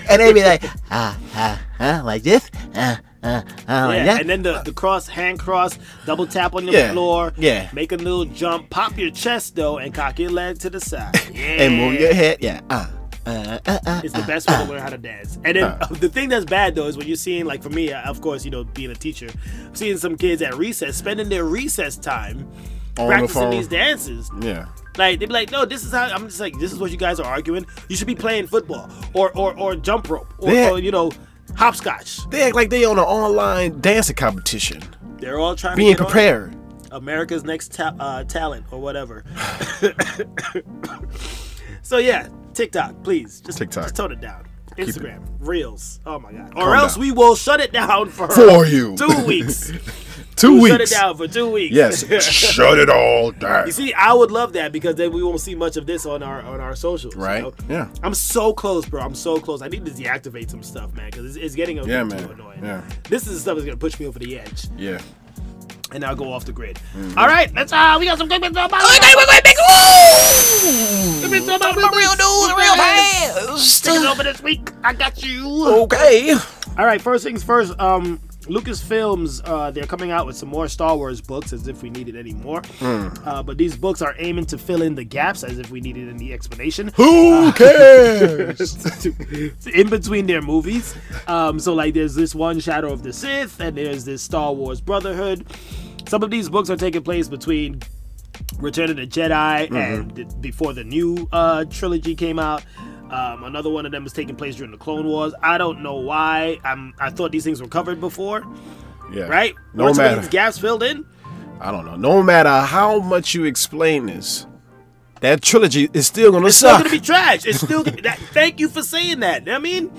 Speaker 3: And they be like, [LAUGHS] ah, ah, ah, like this, ah, ah, ah, like
Speaker 2: yeah,
Speaker 3: that.
Speaker 2: and then the, the cross, hand cross, double tap on the
Speaker 1: Yeah,
Speaker 2: floor.
Speaker 1: yeah.
Speaker 2: Make a little jump, pop your chest though, and cock your leg to the side. Yeah.
Speaker 1: And move your head. Yeah. Uh,
Speaker 2: It's the best way to learn how to dance. And then [LAUGHS] the thing that's bad though is when you're seeing, like for me, uh, of course, you know, being a teacher, seeing some kids at recess spending their recess time
Speaker 1: the
Speaker 2: practicing
Speaker 1: phone.
Speaker 2: these dances.
Speaker 1: Yeah.
Speaker 2: Like they'd be like, no, this is how I'm just like, this is what you guys are arguing. You should be playing football or or or jump rope or,
Speaker 1: Yeah.
Speaker 2: or you know, hopscotch.
Speaker 1: They act like they on an online dancing competition,
Speaker 2: They're all trying
Speaker 1: being
Speaker 2: to get on it.
Speaker 1: prepared.
Speaker 2: America's Next ta- uh, Talent or whatever. [COUGHS] so yeah, TikTok, please just
Speaker 1: TikTok.
Speaker 2: just tone it down. Instagram, Reels. Oh my god. Or
Speaker 1: Calm
Speaker 2: else
Speaker 1: down.
Speaker 2: we will shut it down for,
Speaker 1: For you.
Speaker 2: [LAUGHS] two
Speaker 1: [LAUGHS]
Speaker 2: weeks.
Speaker 1: 2
Speaker 2: We'll
Speaker 1: weeks.
Speaker 2: Shut it down for two weeks. [LAUGHS]
Speaker 1: Yes. Shut it all down.
Speaker 2: You see, I would love that because then we won't see much of this on our on our socials. you
Speaker 1: Right.
Speaker 2: know?
Speaker 1: Yeah.
Speaker 2: I'm so close, bro. I'm so close. I need to deactivate some stuff, man, because it's, it's getting a
Speaker 1: Yeah,
Speaker 2: bit
Speaker 1: man.
Speaker 2: too annoying.
Speaker 1: Yeah.
Speaker 2: This is the stuff that's gonna push me over the edge,
Speaker 1: Yeah.
Speaker 2: and I'll go off the grid.
Speaker 1: Mm-hmm.
Speaker 2: All right, let's uh, we got some good bits about
Speaker 3: Oh, okay, wait, wait, big woo!
Speaker 2: good bits about
Speaker 3: Real news, real fast.
Speaker 4: over this week. I got you.
Speaker 1: Okay.
Speaker 3: [LAUGHS]
Speaker 2: All right, first things first. Um, Lucasfilms, uh, they're coming out with some more Star Wars books, as if we needed any more. Uh, but these books are aiming to fill in the gaps, as if we needed any explanation.
Speaker 1: Who cares?
Speaker 2: in between their movies. Um, so like there's this one Shadow of the Sith and there's this Star Wars Brotherhood. Some of these books are taking place between Return of the Jedi
Speaker 1: Mm-hmm.
Speaker 2: and th- before the new uh, trilogy came out. Um, another one of them is taking place during the Clone Wars. I don't know why. I'm, I thought these things were covered before,
Speaker 1: yeah.
Speaker 2: right?
Speaker 1: No
Speaker 2: Weren't some of
Speaker 1: matter.
Speaker 2: these gaps filled in.
Speaker 1: I don't know. No matter how much you explain this, that trilogy is still gonna
Speaker 2: It's still
Speaker 1: suck.
Speaker 2: gonna be trash. It's still gonna, that. Thank you for saying that. I mean,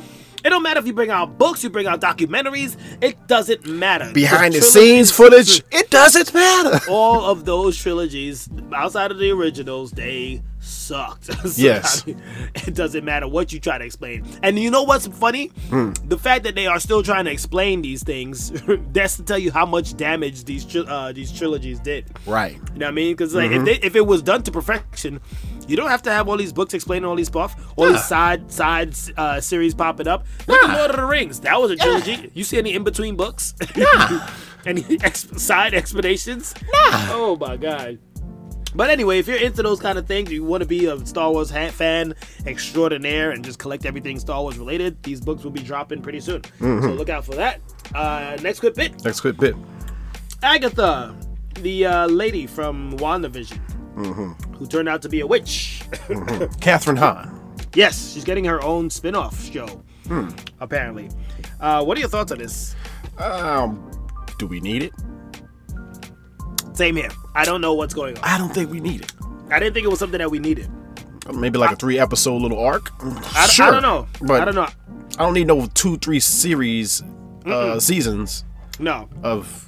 Speaker 2: it don't matter if you bring out books, you bring out documentaries. It doesn't matter.
Speaker 1: Behind the
Speaker 2: trilogy-
Speaker 1: scenes footage, it doesn't matter.
Speaker 2: all of those trilogies outside of the originals they sucked [LAUGHS] So,
Speaker 1: Yes.
Speaker 2: I mean, it doesn't matter what you try to explain and you know what's funny
Speaker 1: Hmm.
Speaker 2: the fact that they are still trying to explain these things [LAUGHS] that's to tell you how much damage these tri- uh, these trilogies did
Speaker 1: Right.
Speaker 2: you know what i mean because like if, they, if it was done to perfection you don't have to have all these books explaining all these stuff, all these side side uh, series popping up. Look at Lord of the Rings. That was a trilogy. You see any in between books? [LAUGHS] Any ex- side explanations? Oh my god. But anyway, if you're into those kind of things, you want to be a Star Wars ha- fan extraordinaire and just collect everything Star Wars related, these books will be dropping pretty soon. So look out for that. Uh, next quick bit
Speaker 1: Next quick bit.
Speaker 2: Agatha, the uh, lady from WandaVision,
Speaker 1: Mm-hmm.
Speaker 2: who turned out to be a
Speaker 1: [LAUGHS]
Speaker 2: witch.
Speaker 1: Catherine Hahn.
Speaker 2: yes, she's getting her own spin off show,
Speaker 1: Hmm.
Speaker 2: apparently. Uh, what are your thoughts on this?
Speaker 1: Um, do we need it?
Speaker 2: Same here. I don't know what's going on.
Speaker 1: I don't think we need it.
Speaker 2: I didn't think it was something that we needed.
Speaker 1: Uh, Maybe like a three episode little arc.
Speaker 2: I,
Speaker 1: Mm, sure,
Speaker 2: I don't know.
Speaker 1: But
Speaker 2: I don't know.
Speaker 1: I don't need no two, three series, uh, seasons
Speaker 2: No,
Speaker 1: of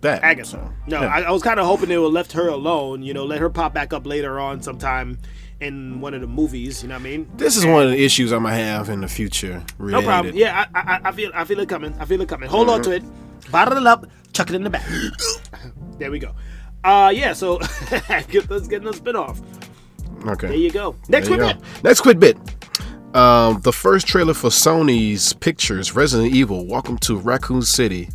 Speaker 1: that.
Speaker 2: Agatha.
Speaker 1: So,
Speaker 2: No,
Speaker 1: yeah.
Speaker 2: I, I was kind of hoping they would left her alone. You know, let her pop back up later on sometime in one of the movies. You know what I mean?
Speaker 1: this is one of the issues I'm gonna have in the future.
Speaker 2: No
Speaker 1: Related.
Speaker 2: problem. Yeah, I, I, I feel I feel it coming. I feel it coming. Hold on
Speaker 1: Uh-huh.
Speaker 2: to it. Bottle it up. Chuck it in the
Speaker 1: [GASPS]
Speaker 2: back. there we go. Uh, yeah. So [LAUGHS] get us getting a spinoff.
Speaker 1: Okay.
Speaker 2: There you go. Next
Speaker 1: There
Speaker 2: one.
Speaker 1: you
Speaker 2: man.
Speaker 1: go. Next quick bit. Um, the first trailer for Sony's Pictures Resident Evil Welcome to Raccoon City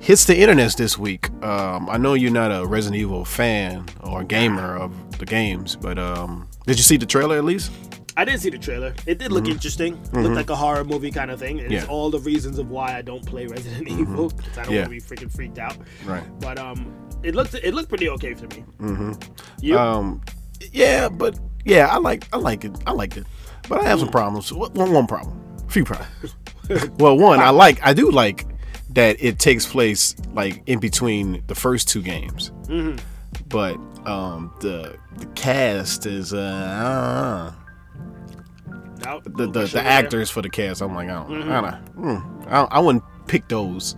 Speaker 1: hits the internet this week. Um, I know you're not a Resident Evil fan or gamer of the games, but um, did you see the trailer at least?
Speaker 2: I didn't see the trailer. It did look interesting. Looked like a horror movie kind of thing. It's
Speaker 1: Mm-hmm. Yeah. Mm-hmm.
Speaker 2: all the reasons of why I don't play Resident Evil 'cause I don't
Speaker 1: Yeah.
Speaker 2: want to be freaking freaked out.
Speaker 1: Right.
Speaker 2: But um, it looked it looked pretty okay for me. Mm-hmm. You
Speaker 1: Um, yeah, but yeah, I like I like it. I liked it, but I have some problems. Wh- One, one problem, a few problems. [LAUGHS] well, one, I like I do like that it takes place like in between the first two games, but um, the the cast is uh, uh
Speaker 2: out?
Speaker 1: the the,
Speaker 2: Sure
Speaker 1: the
Speaker 2: there.
Speaker 1: actors for the cast. I'm like I don't, I, don't mm, I, I wouldn't pick those.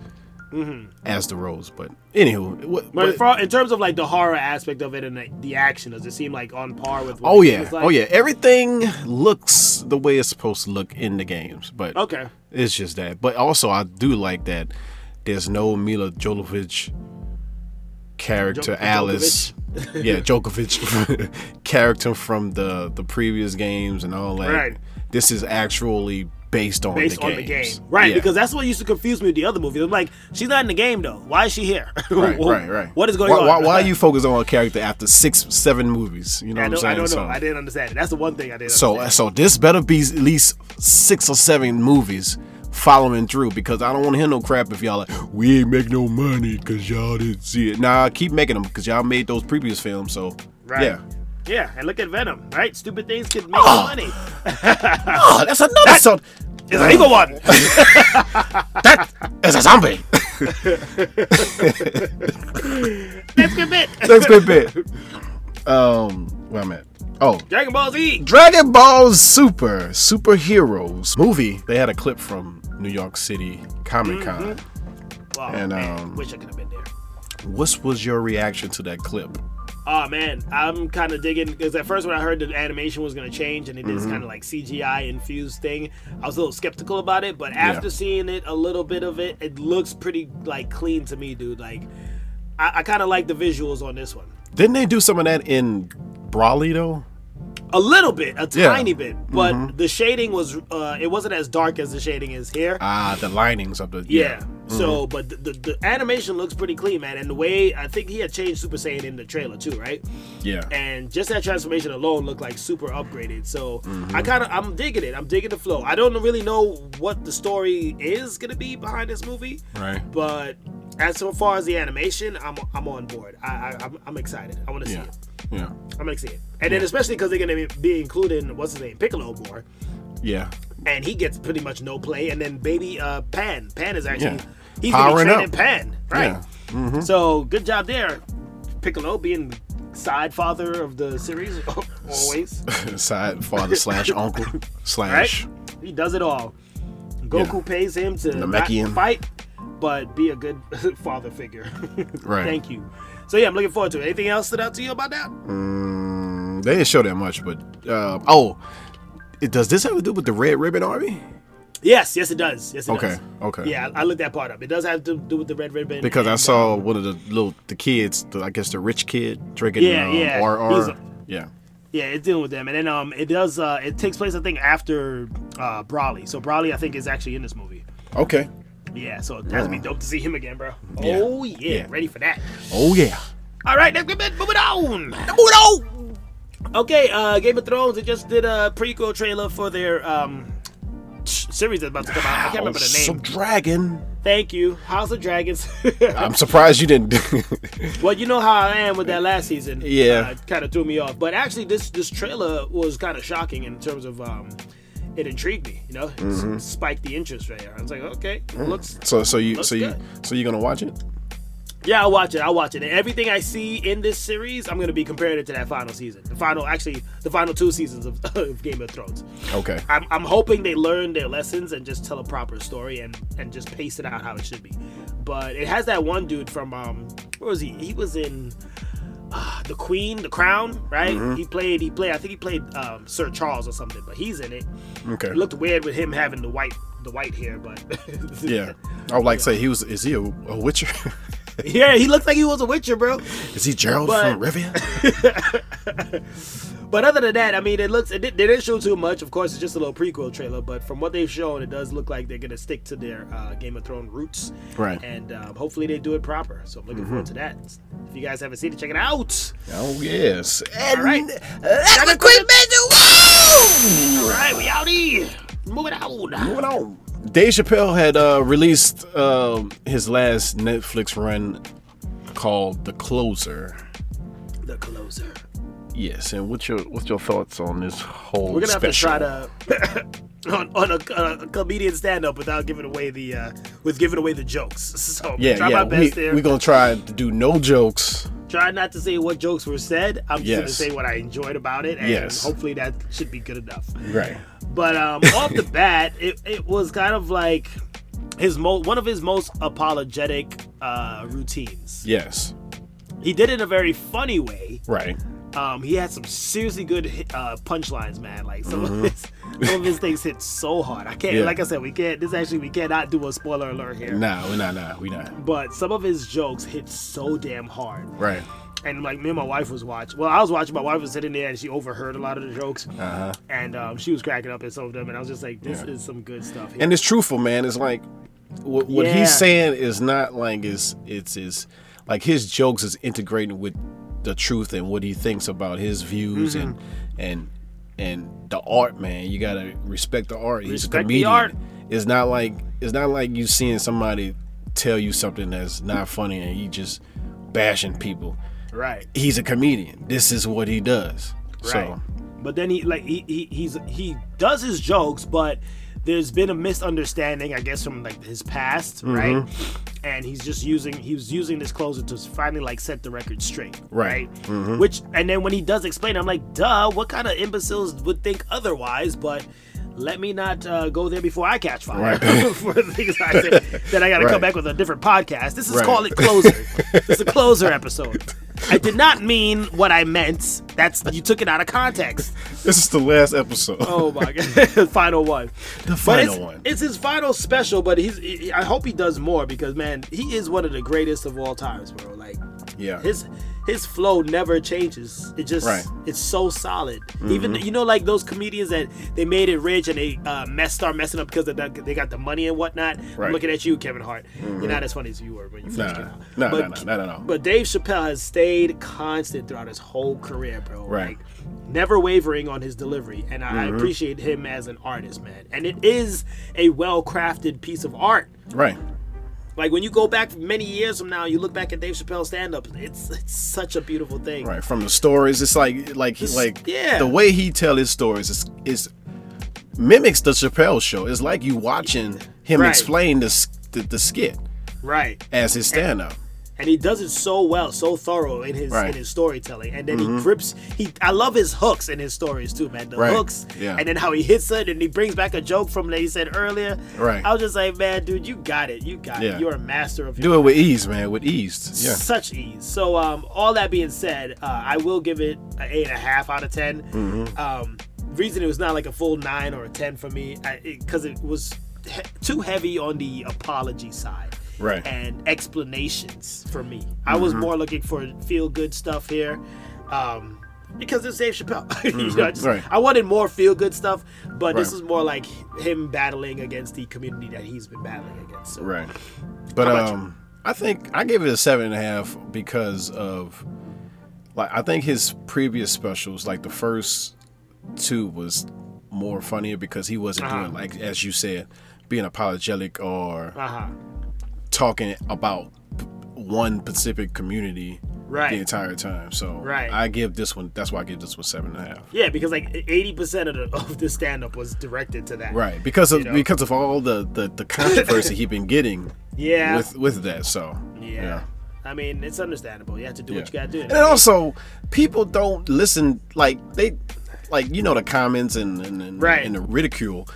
Speaker 1: As the roles, but anywho, what,
Speaker 2: But
Speaker 1: what-
Speaker 2: for, in terms of like the horror aspect of it and the, the action, does it seem like on par with? What
Speaker 1: Oh
Speaker 2: it
Speaker 1: yeah,
Speaker 2: was like?
Speaker 1: oh yeah. Everything looks the way it's supposed to look in the games, but
Speaker 2: Okay.
Speaker 1: it's just that. But also, I do like that there's no Mila Jovovich character,
Speaker 2: Jo-
Speaker 1: Alice. yeah, Djokovic [LAUGHS] character from the the previous games and all that.
Speaker 2: Right.
Speaker 1: This is actually based on
Speaker 2: based
Speaker 1: the
Speaker 2: on the game,
Speaker 1: games.
Speaker 2: right?
Speaker 1: Yeah.
Speaker 2: Because that's what used to confuse me with the other movie. I'm like, she's not in the game though. Why is she here? [LAUGHS]
Speaker 1: right, right, right.
Speaker 2: What is going
Speaker 1: why,
Speaker 2: on?
Speaker 1: Why,
Speaker 2: [LAUGHS]
Speaker 1: why are you focused on a character after six, seven movies? You know
Speaker 2: I
Speaker 1: what I'm
Speaker 2: don't,
Speaker 1: saying?
Speaker 2: I don't know.
Speaker 1: So-
Speaker 2: I didn't understand it. That's the one thing I didn't.
Speaker 1: So
Speaker 2: understand.
Speaker 1: so this better be at least six or seven movies following through because I don't want to hear no crap if y'all like we ain't make no money because y'all didn't see it. Nah, keep making them because y'all made those previous films. So
Speaker 2: Right.
Speaker 1: yeah.
Speaker 2: yeah, and look at Venom, right? Stupid things can make money.
Speaker 1: Oh, that's another. so,
Speaker 2: It's an eagle
Speaker 1: [LAUGHS]
Speaker 2: one.
Speaker 1: that's a zombie.
Speaker 2: That's good bit.
Speaker 1: that's a good bit. Um, where I'm at. Oh,
Speaker 2: Dragon Ball Z.
Speaker 1: Dragon Ball Super superheroes movie. They had a clip from New York City Comic Con.
Speaker 2: Wow,
Speaker 1: And,
Speaker 2: man,
Speaker 1: um,
Speaker 2: wish I could have been there.
Speaker 1: What was your reaction to that clip?
Speaker 2: Oh man, I'm kind of digging because at first when I heard the animation was gonna change and it
Speaker 1: Mm-hmm.
Speaker 2: is kind of like CGI infused thing, I was a little skeptical about it. But after seeing it, a little bit of it, it looks pretty like clean to me, dude. Like, I, I kind of like the visuals on this one.
Speaker 1: Didn't they do some of that in Brawley though?
Speaker 2: A little bit, a
Speaker 1: Yeah. Mm-hmm.
Speaker 2: tiny bit, but the shading was uh, it wasn't as dark as the shading is here.
Speaker 1: Ah, Mm-hmm. the linings of the
Speaker 2: Yeah. So, but the, the the animation looks pretty clean, man. And the way I think he had changed Super Saiyan in the trailer too, right?
Speaker 1: yeah.
Speaker 2: And just that transformation alone looked like super upgraded. So
Speaker 1: Mm-hmm.
Speaker 2: I kind of I'm digging it. I'm digging the flow. I don't really know what the story is gonna be behind this movie,
Speaker 1: Right.
Speaker 2: but as so far as the animation, I'm I'm on board. I, I I'm, I'm excited. I want to see
Speaker 1: Yeah,
Speaker 2: it.
Speaker 1: yeah,
Speaker 2: I'm gonna see it. And then especially because they're gonna be- be including what's his name Piccolo more,
Speaker 1: yeah.
Speaker 2: and he gets pretty much no play. And then baby uh, Pan, Pan is actually
Speaker 1: Yeah.
Speaker 2: he's gonna be
Speaker 1: Powering
Speaker 2: training
Speaker 1: up.
Speaker 2: Pan, right?
Speaker 1: Yeah. Mm-hmm.
Speaker 2: So good job there, Piccolo being side father of the series [LAUGHS] Oh, always,
Speaker 1: [LAUGHS] Side
Speaker 2: [LAUGHS]
Speaker 1: father slash uncle
Speaker 2: right?
Speaker 1: slash
Speaker 2: He does it all. Goku pays him to not
Speaker 1: Namekian.
Speaker 2: fight, but be a good [LAUGHS] father figure. [LAUGHS]
Speaker 1: Right.
Speaker 2: Thank you. So yeah, I'm looking forward to it. Anything else stood out to you about that?
Speaker 1: Mm, They didn't show that much, but uh, oh, it, does this have to do with the Red Ribbon Army?
Speaker 2: Yes, yes it does. Yes it
Speaker 1: Okay,
Speaker 2: does.
Speaker 1: okay.
Speaker 2: Yeah, I I looked that part up. It does have to do with the red ribbon.
Speaker 1: Because I
Speaker 2: and, um,
Speaker 1: saw one of the little the kids, the, I guess the rich kid drinking
Speaker 2: Yeah,
Speaker 1: um,
Speaker 2: yeah. He's
Speaker 1: RR.
Speaker 2: a-
Speaker 1: yeah,
Speaker 2: Yeah, it's dealing with them, and then um, it does. Uh, it takes place, I think, after uh, Brawley. So Brawley, I think, is actually in this movie.
Speaker 1: okay.
Speaker 2: Yeah, so it has to be dope to see him again, bro.
Speaker 1: Yeah.
Speaker 2: Oh yeah,
Speaker 1: Yeah.
Speaker 2: ready for that.
Speaker 1: Oh yeah.
Speaker 2: All right, let's get back- moving on. Okay, uh, Game of Thrones. They just did a prequel trailer for their um series that's about to come out. I can't remember the
Speaker 1: Some
Speaker 2: name.
Speaker 1: dragon.
Speaker 2: Thank you, House of Dragons. [LAUGHS]
Speaker 1: I'm surprised you didn't. [LAUGHS]
Speaker 2: Well, you know how I am with that last season.
Speaker 1: Yeah.
Speaker 2: uh, kind of threw me off. But actually, this this trailer was kind of shocking in terms of um, it intrigued me. You know, it s- spiked the interest right there. I was like, okay, looks.
Speaker 1: so so you
Speaker 2: Looks
Speaker 1: so you
Speaker 2: good.
Speaker 1: so you gonna watch it?
Speaker 2: Yeah, I'll watch it. I'll watch it. And everything I see in this series, I'm gonna be comparing it to that final season. The final, actually, the final two seasons of, [LAUGHS] of Game of Thrones.
Speaker 1: Okay.
Speaker 2: I'm, I'm hoping they learn their lessons and just tell a proper story and, and just pace it out how it should be. But it has that one dude from um where was he? He was in uh, the Queen, the Crown, right? He played he played I think he played um, Sir Charles or something, but he's in it.
Speaker 1: Okay.
Speaker 2: It looked weird with him having the white the white hair, but [LAUGHS]
Speaker 1: Yeah. I would like to say he was. Is he a, a Witcher? [LAUGHS]
Speaker 2: yeah, he looks like he was a Witcher, bro.
Speaker 1: is he Gerald
Speaker 2: But-
Speaker 1: from Rivia?
Speaker 2: But other than that, I mean, it looks it, did- they didn't show too much. Of course, it's just a little prequel trailer. But from what they've shown, it does look like they're gonna stick to their uh, Game of Thrones roots,
Speaker 1: Right. Mm-hmm.
Speaker 2: And um, hopefully they do it proper. So I'm looking forward to that. If you guys haven't seen it, check it out.
Speaker 1: [LAUGHS] oh yes. And
Speaker 2: right.
Speaker 1: That's the quick
Speaker 2: All right, we out here. Moving on.
Speaker 1: Moving on. Dave Chappelle had uh, released um his last Netflix run called The Closer.
Speaker 2: The closer.
Speaker 1: Yes. And what's your what's your thoughts on this whole?
Speaker 2: We're gonna have
Speaker 1: special?
Speaker 2: to try to [COUGHS] on, on a, a comedian stand up without giving away the uh, with giving away the jokes. [LAUGHS] So I'm gonna
Speaker 1: Yeah,
Speaker 2: try
Speaker 1: yeah.
Speaker 2: my best
Speaker 1: we,
Speaker 2: there.
Speaker 1: We're gonna try to do no jokes.
Speaker 2: try not to say what jokes were said. I'm just gonna
Speaker 1: Yes.
Speaker 2: say what I enjoyed about it, and
Speaker 1: Yes.
Speaker 2: hopefully that should be good enough.
Speaker 1: Right.
Speaker 2: But
Speaker 1: [LAUGHS]
Speaker 2: um, off the bat, it, it was kind of like his mo- one of his most apologetic uh, routines.
Speaker 1: Yes.
Speaker 2: He did it in a very funny way.
Speaker 1: Right.
Speaker 2: Um, he had some seriously good hit- uh, punchlines, man. Like some of his some of his things hit so hard. I can't,
Speaker 1: Mm-hmm. Yeah.
Speaker 2: like I said, we can't. This actually we cannot do a spoiler alert here.
Speaker 1: Nah, we're not. Nah, we're not.
Speaker 2: But some of his jokes hit so damn hard.
Speaker 1: Right.
Speaker 2: and like me and my wife was watching. Well, I was watching. My wife was sitting there, and she overheard a lot of the jokes, uh-huh. and um, she was cracking up at some of them. And I was just like, "This
Speaker 1: Yeah.
Speaker 2: is some good stuff." Here.
Speaker 1: and it's truthful, man. It's like what, what
Speaker 2: Yeah.
Speaker 1: he's saying is not like is it's is like his jokes is integrating with the truth and what he thinks about his views
Speaker 2: Mm-hmm.
Speaker 1: and and and the art, man. You gotta respect the art. he's a
Speaker 2: Respect the
Speaker 1: comedian.
Speaker 2: art.
Speaker 1: It's not like it's not like you seeing somebody tell you something that's not funny and he just bashing people.
Speaker 2: right.
Speaker 1: He's a comedian. This is what he does.
Speaker 2: Right.
Speaker 1: So
Speaker 2: But then he like he, he he's he does his jokes, but there's been a misunderstanding, I guess, from like his past,
Speaker 1: Mm-hmm.
Speaker 2: right? And he's just using he was using this closer to finally like set the record straight,
Speaker 1: Right. Mm-hmm.
Speaker 2: Which and then when he does explain, it, I'm like, duh, what kind of imbeciles would think otherwise? But let me not uh, go there before I catch fire [LAUGHS]
Speaker 1: Right.
Speaker 2: for the things I said. Then I got to come
Speaker 1: Right.
Speaker 2: back with a different podcast. This is
Speaker 1: Right.
Speaker 2: call it
Speaker 1: [LAUGHS]
Speaker 2: closer. it's a closer episode. I did not mean what I meant. That's you took it out of context.
Speaker 1: this is the last episode.
Speaker 2: Oh my god, [LAUGHS] final one.
Speaker 1: [LAUGHS] the
Speaker 2: But
Speaker 1: final
Speaker 2: it's,
Speaker 1: one.
Speaker 2: it's his final special, but he's. he- I hope he does more because man, he is one of the greatest of all times, bro. Like
Speaker 1: yeah.
Speaker 2: his his flow never changes. It just
Speaker 1: Right. Mm-hmm.
Speaker 2: it's so solid. Even you know like those comedians that they made it rich and they uh, mess start messing up because they got- they got the money and whatnot.
Speaker 1: Right. Mm-hmm.
Speaker 2: I'm looking at you, Kevin Hart. You're not as funny as you were when you first
Speaker 1: Nah.
Speaker 2: came out.
Speaker 1: Nah,
Speaker 2: but,
Speaker 1: nah, nah, nah, nah, nah.
Speaker 2: But Dave Chappelle has stayed constant throughout his whole career, bro.
Speaker 1: Right. Mm-hmm.
Speaker 2: Like, never wavering on his delivery, and I I appreciate him as an artist, man. And it is a well crafted piece of art.
Speaker 1: Right.
Speaker 2: Like when you go back many years from now, you look back at Dave Chappelle's stand up, it's, it's such a beautiful thing.
Speaker 1: Right, from the stories, it's like like
Speaker 2: It's-
Speaker 1: like
Speaker 2: yeah.
Speaker 1: the way he tell his stories is is mimics the Chappelle show. It's like you watching him
Speaker 2: Right.
Speaker 1: explain the, s- the the skit
Speaker 2: Right.
Speaker 1: as his stand up.
Speaker 2: And he does it so well, so thorough in his
Speaker 1: Right.
Speaker 2: in his storytelling. And then he grips he I love his hooks in his stories too, man. The
Speaker 1: Right.
Speaker 2: hooks
Speaker 1: Yeah.
Speaker 2: and then how he hits it and he brings back a joke from that he said earlier.
Speaker 1: Right.
Speaker 2: I was just like, man, dude, you got it. You got
Speaker 1: Yeah.
Speaker 2: it. You're a master of your
Speaker 1: Do it with ease, man, with ease. Yeah.
Speaker 2: such ease. So, um, all that being said, uh, I will give it an eight and a half out of 10
Speaker 1: Mm-hmm.
Speaker 2: Um, reason it was not like a full nine or a ten for me, because it, was he- too heavy on the apology side,
Speaker 1: Right. Mm-hmm.
Speaker 2: And explanations for me. I was more looking for feel good stuff here. Um, because it's Dave Chappelle. [LAUGHS] You know, I, just-
Speaker 1: Mm-hmm. Right.
Speaker 2: I wanted more feel good stuff, but this
Speaker 1: Right.
Speaker 2: is more like him battling against the community that he's been battling against. So,
Speaker 1: Right. But
Speaker 2: about
Speaker 1: um, I think I gave it a seven and a half because of like I think his previous specials, like the first two, was more funnier because he wasn't
Speaker 2: Uh-huh.
Speaker 1: doing like as you said, being apologetic or
Speaker 2: Uh huh.
Speaker 1: talking about p- one specific community
Speaker 2: Right.
Speaker 1: the entire time. So
Speaker 2: Right.
Speaker 1: I give this one. That's why I give this one seven and a half.
Speaker 2: Yeah, because like eighty percent of the [LAUGHS] of the stand up was directed to that.
Speaker 1: Right, because of
Speaker 2: You know.
Speaker 1: because of all the the, the controversy he been getting
Speaker 2: [LAUGHS] Yeah.
Speaker 1: with with that. So
Speaker 2: yeah. I mean, it's understandable. You have to do what you
Speaker 1: Yeah.
Speaker 2: gotta do.
Speaker 1: And then also, people don't listen. Like they, like you know, the comments and and, and,
Speaker 2: Right.
Speaker 1: and the ridicule.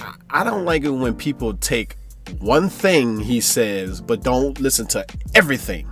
Speaker 1: I, I don't like it when people take one thing he says, but don't listen to everything.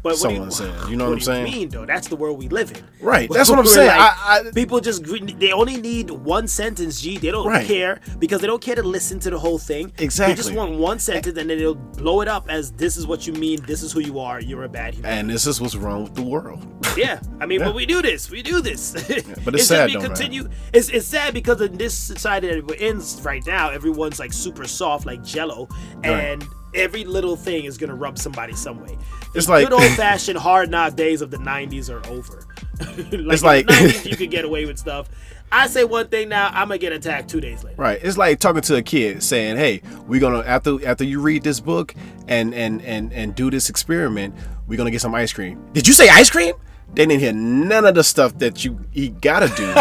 Speaker 2: But what do [LAUGHS]
Speaker 1: someone said, you know what I'm
Speaker 2: do
Speaker 1: saying?
Speaker 2: mean though, that's the world we live in. [LAUGHS]
Speaker 1: Right, that's what I'm
Speaker 2: We're
Speaker 1: saying. I- I-
Speaker 2: people just gre- they only need one sentence. G, they don't
Speaker 1: Right.
Speaker 2: care because they don't care to listen to the whole thing. They just
Speaker 1: Exactly.
Speaker 2: want one sentence, and then they'll blow it up as this is what you mean. This is who you are. You're a bad human.
Speaker 1: And this is what's wrong with the world.
Speaker 2: [LAUGHS] Yeah, I mean, but we do this. We do this. [LAUGHS]
Speaker 1: but it's
Speaker 2: just
Speaker 1: sad, though,
Speaker 2: we
Speaker 1: man.
Speaker 2: continue. It's, it's sad because in this society that we're in right now, everyone's like super soft, like Jello, and every little thing is gonna rub somebody some way. The
Speaker 1: It's like-
Speaker 2: good
Speaker 1: [LAUGHS]
Speaker 2: old fashioned hard knock days of the '90s are over. [LAUGHS] like it's
Speaker 1: like-
Speaker 2: the 90s, you could get away with stuff. I say one thing now, I'm gonna get attacked two days later.
Speaker 1: Right. It's like talking to a kid saying, "Hey, we're gonna after after you read this book and and and and do this experiment, we're gonna get some ice cream." Did you say ice cream? They didn't hear none of the stuff that you he gotta do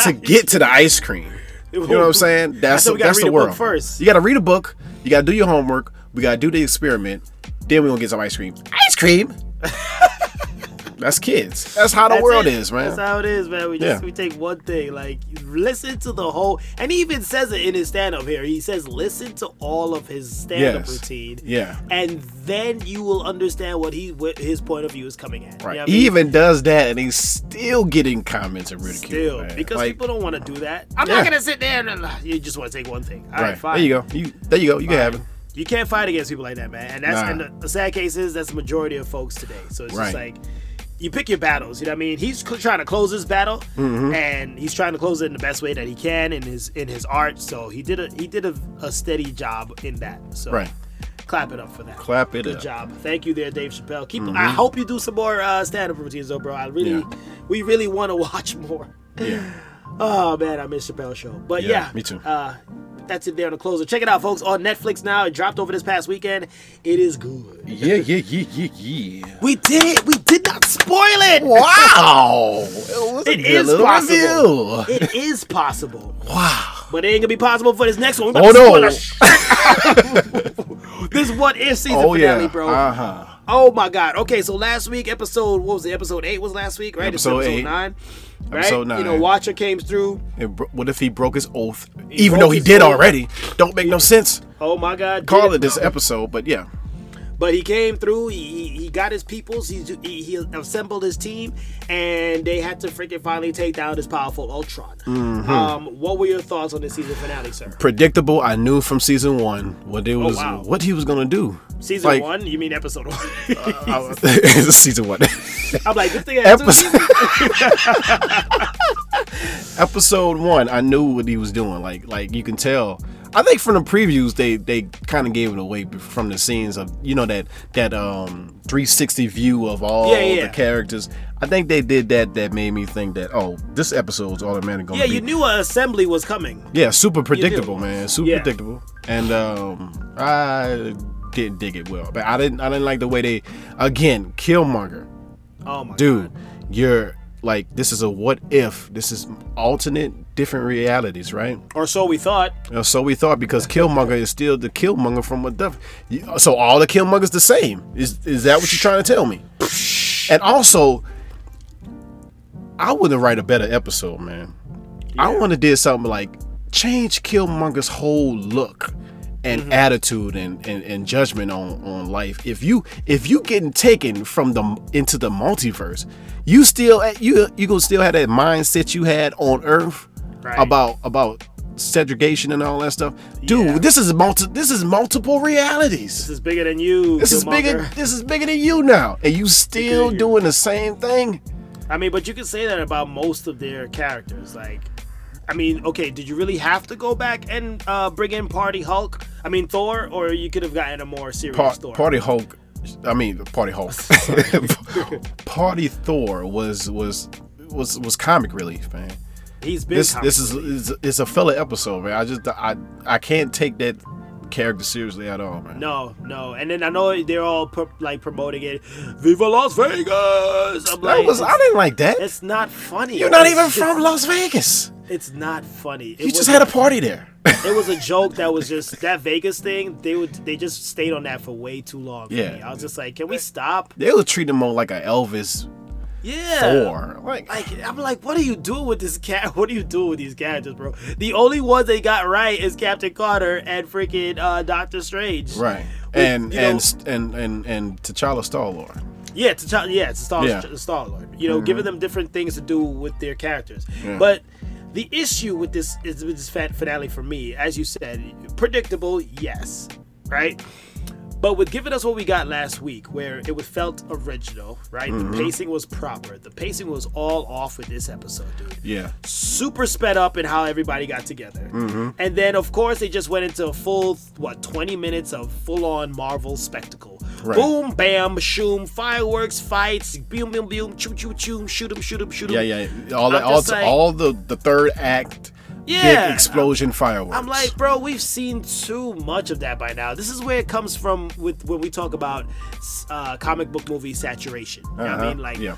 Speaker 2: [LAUGHS]
Speaker 1: to get to the ice cream. You know what I'm saying? That's
Speaker 2: said we gotta
Speaker 1: that's
Speaker 2: read
Speaker 1: the
Speaker 2: a book
Speaker 1: world.
Speaker 2: first.
Speaker 1: You gotta read a book. You gotta do your homework. We gotta do the experiment. Then we gonna get some ice cream. Ice
Speaker 2: [LAUGHS]
Speaker 1: cream. that's kids. That's how the
Speaker 2: That's
Speaker 1: world
Speaker 2: it.
Speaker 1: is,
Speaker 2: That's
Speaker 1: man.
Speaker 2: how it is, man. We just
Speaker 1: Yeah.
Speaker 2: we take one thing, like listen to the whole, and he even says it in his stand up here. He says, listen to all of his stand up
Speaker 1: Yes.
Speaker 2: routine,
Speaker 1: Yeah.
Speaker 2: and then you will understand what he what his point of view is coming at. You
Speaker 1: Right.
Speaker 2: know what I
Speaker 1: he
Speaker 2: mean?
Speaker 1: even does that, and he's still getting comments and ridicule.
Speaker 2: still
Speaker 1: man.
Speaker 2: because
Speaker 1: Like,
Speaker 2: people don't want to do that. I'm
Speaker 1: Yeah.
Speaker 2: not gonna sit there and uh, you just want to take one thing. All right,
Speaker 1: right.
Speaker 2: fine.
Speaker 1: There you go. You there you go. You can have it.
Speaker 2: You can't fight against people like that, man. And that's
Speaker 1: Nah.
Speaker 2: and the, the sad case is that's the majority of folks today. So it's just
Speaker 1: Right.
Speaker 2: like you pick your battles. You know what I mean? He's cl- trying to close his battle,
Speaker 1: Mm-hmm.
Speaker 2: and he's trying to close it in the best way that he can in his in his art. So he did a he did a, a steady job in that. So
Speaker 1: Right.
Speaker 2: clap it up for that.
Speaker 1: Clap it
Speaker 2: Good
Speaker 1: up.
Speaker 2: job. Thank you, there, Dave Chappelle. Keep. I hope you do some more uh, stand up routines, though, bro. I really,
Speaker 1: Mm-hmm. Yeah.
Speaker 2: we really want to [LAUGHS] watch more.
Speaker 1: Yeah.
Speaker 2: Oh man, I miss Chappelle's show. But yeah,
Speaker 1: Yeah, me too.
Speaker 2: Uh, that's it there on the closer. Check it out, folks, on Netflix now. It dropped over this past weekend. It is good.
Speaker 1: Yeah, yeah, yeah, yeah, yeah.
Speaker 2: We did it. We did not spoil it.
Speaker 1: [LAUGHS] Wow! It was a
Speaker 2: It
Speaker 1: good
Speaker 2: is
Speaker 1: little
Speaker 2: possible.
Speaker 1: review.
Speaker 2: It is possible.
Speaker 1: Wow.
Speaker 2: But it ain't gonna be possible for this next one. We
Speaker 1: Oh,
Speaker 2: about to
Speaker 1: no.
Speaker 2: spoil the- [LAUGHS] this what if season
Speaker 1: Oh,
Speaker 2: finale,
Speaker 1: yeah.
Speaker 2: bro.
Speaker 1: Uh huh.
Speaker 2: Oh my god. Okay, so last week episode what was it? Episode eight was last week, right? It's
Speaker 1: Episode eight.
Speaker 2: nine. Right?
Speaker 1: Episode
Speaker 2: You know,
Speaker 1: nine.
Speaker 2: Watcher came through.
Speaker 1: And bro- what if he broke his oath? even
Speaker 2: broke
Speaker 1: though he
Speaker 2: his
Speaker 1: did
Speaker 2: oath.
Speaker 1: already. Don't make no sense.
Speaker 2: Oh my god.
Speaker 1: Call
Speaker 2: did
Speaker 1: it this episode, but yeah.
Speaker 2: But he came through. He, he- he got his peoples. He, he he assembled his team, and they had to freaking finally take down this powerful Ultron.
Speaker 1: Mm-hmm.
Speaker 2: Um, what were your thoughts on this season finale, sir?
Speaker 1: Predictable. I knew from season one what it was,
Speaker 2: Oh, wow.
Speaker 1: what he was gonna do.
Speaker 2: Season
Speaker 1: Like-
Speaker 2: one? You mean episode one?
Speaker 1: Uh, [LAUGHS] season one,
Speaker 2: [LAUGHS] I'm like this thing. Had two
Speaker 1: Episode- [LAUGHS]
Speaker 2: seasons?
Speaker 1: episode one. I knew what he was doing. Like, like you can tell. I think from the previews, they they kind of gave it away b- from the scenes of you know that that um 360 view of all
Speaker 2: Yeah, yeah.
Speaker 1: the characters. I think they did that. That made me think that oh, this episode's automatically gonna
Speaker 2: yeah,
Speaker 1: be
Speaker 2: you knew an assembly was coming.
Speaker 1: Yeah, super predictable, man. Super
Speaker 2: Yeah.
Speaker 1: predictable. And um I didn't dig it well. But I didn't I didn't like the way they again, Killmonger.
Speaker 2: Oh my
Speaker 1: Dude, you're like this is a what if. This is alternate different realities, right?
Speaker 2: Or so we thought.
Speaker 1: Uh, So we thought because Killmonger is still the Killmonger from what the you- so all the Killmongers the same. Is is that what you're trying to tell me? And also, I want to write a better episode, man. I want to do something like change Killmonger's whole look and attitude and, and and judgment on on life. If you if you getting taken from the into the multiverse, you still you you gonna still have that mindset you had on Earth
Speaker 2: Right.
Speaker 1: about about segregation and all that stuff. Dude, this is multi this is multiple realities.
Speaker 2: This is bigger than you.
Speaker 1: This is bigger
Speaker 2: Killmonger.
Speaker 1: this is bigger than you now. And you still doing the same thing?
Speaker 2: I mean, but you can say that about most of their characters. Like, I mean, okay, did you really have to go back and uh, bring in Party Hulk? I mean, Thor, or you could have gotten a more serious
Speaker 1: Par-
Speaker 2: Thor.
Speaker 1: Party Hulk. I mean, Party
Speaker 2: [LAUGHS]
Speaker 1: Hulk. [LAUGHS] Party Thor was was was was comic relief, man.
Speaker 2: He's been
Speaker 1: This
Speaker 2: comic
Speaker 1: this is, is it's a filler episode, man. I just I I can't take that character seriously at all, man.
Speaker 2: No, no. And then I know they're all pro- like promoting it. Viva Las Vegas! I'm
Speaker 1: that
Speaker 2: like,
Speaker 1: was I
Speaker 2: it's,
Speaker 1: didn't like that.
Speaker 2: it's not funny.
Speaker 1: You're not
Speaker 2: It's
Speaker 1: even
Speaker 2: just-
Speaker 1: from Las Vegas.
Speaker 2: It's not funny. It
Speaker 1: You
Speaker 2: was
Speaker 1: just had a party there.
Speaker 2: It was a joke that was just that Vegas thing. They would they just stayed on that for way too long. for
Speaker 1: Yeah.
Speaker 2: me. I was just like, can we stop?
Speaker 1: They were treating him more like an Elvis
Speaker 2: Yeah.
Speaker 1: or like
Speaker 2: Like I'm like, what are you doing with this cat? [LAUGHS] What are you doing with these characters, bro? The only ones they got right is Captain Carter and freaking uh, Doctor Strange.
Speaker 1: right.
Speaker 2: Well,
Speaker 1: And
Speaker 2: you know-
Speaker 1: and, and and and T'Challa Star Lord.
Speaker 2: Yeah, to T'Challa, yeah, to Star,
Speaker 1: Yeah. Mm-hmm.
Speaker 2: Star Lord. You know, giving them different things to do with their characters.
Speaker 1: Yeah.
Speaker 2: But the issue with this is with this fat finale for me, as you said, predictable, yes, right. But with giving us what we got last week, where it was felt original, right?
Speaker 1: Mm-hmm.
Speaker 2: The pacing was proper. The pacing was all off with this episode, dude
Speaker 1: Yeah.
Speaker 2: super sped up in how everybody got together.
Speaker 1: Mm-hmm.
Speaker 2: And then, of course, they just went into a full, what, 20 minutes of full on Marvel spectacle.
Speaker 1: Right.
Speaker 2: Boom, bam, shoom, fireworks, fights, boom, boom, boom, choo, choo, choo, shoot 'em, shoot 'em, shoot 'em.
Speaker 1: Yeah, yeah. All
Speaker 2: I'm
Speaker 1: that, all,
Speaker 2: just like-
Speaker 1: all the the third act,
Speaker 2: Yeah.
Speaker 1: big explosion fireworks.
Speaker 2: I'm like, bro, we've seen too much of that by now. This is where it comes from with when we talk about uh, comic book movie saturation. You know what I
Speaker 1: Uh-huh.
Speaker 2: mean, like
Speaker 1: Yeah.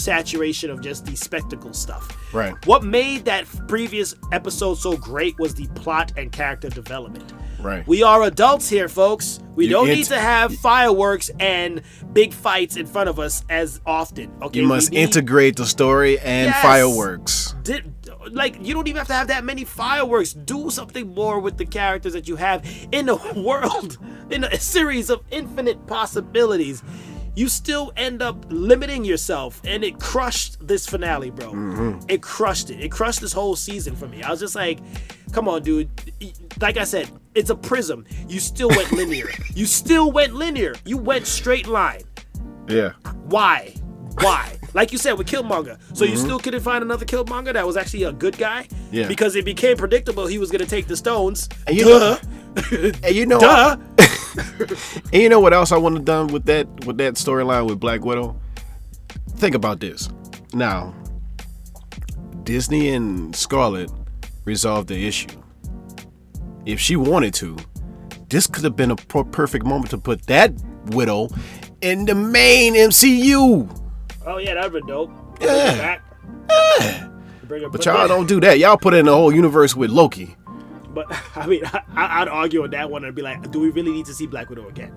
Speaker 2: oversaturation of just the spectacle stuff.
Speaker 1: Right.
Speaker 2: What made that previous episode so great was the plot and character development.
Speaker 1: Right.
Speaker 2: We are adults here, folks. We
Speaker 1: You
Speaker 2: don't
Speaker 1: ent-
Speaker 2: need to have fireworks and big fights in front of us as often. Okay.
Speaker 1: you must
Speaker 2: We need-
Speaker 1: integrate the story and
Speaker 2: Yes.
Speaker 1: fireworks.
Speaker 2: did like you don't even have to have that many fireworks. Do something more with the characters that you have in a [LAUGHS] world, in a series of infinite possibilities. You still end up limiting yourself, and it crushed this finale, bro. It crushed it. It crushed this whole season for me. I was just like, "Come on, dude!" Like I said, it's a prism. You still went linear. you still went linear. You went straight line
Speaker 1: Yeah. [LAUGHS]
Speaker 2: why why like you said with Killmonger. So you still couldn't find another Killmonger that was actually a good guy.
Speaker 1: Mm-hmm. Yeah.
Speaker 2: Because it became predictable he was gonna take the stones.
Speaker 1: And you Oh.
Speaker 2: Duh.
Speaker 1: And you know,
Speaker 2: Duh.
Speaker 1: and you know what else I want to done with that with that storyline with Black Widow? Think about this. Now, Disney and Scarlet resolved the issue. If she wanted to, this could have been a per- perfect moment to put that widow in the main MCU.
Speaker 2: Oh yeah, that'd been dope.
Speaker 1: Yeah.
Speaker 2: Back. Bring her-
Speaker 1: But y'all don't do that. Y'all put it in the whole universe with Loki.
Speaker 2: But [LAUGHS] I mean, I, I'd argue on that one and be like, do we really need to see Black Widow again?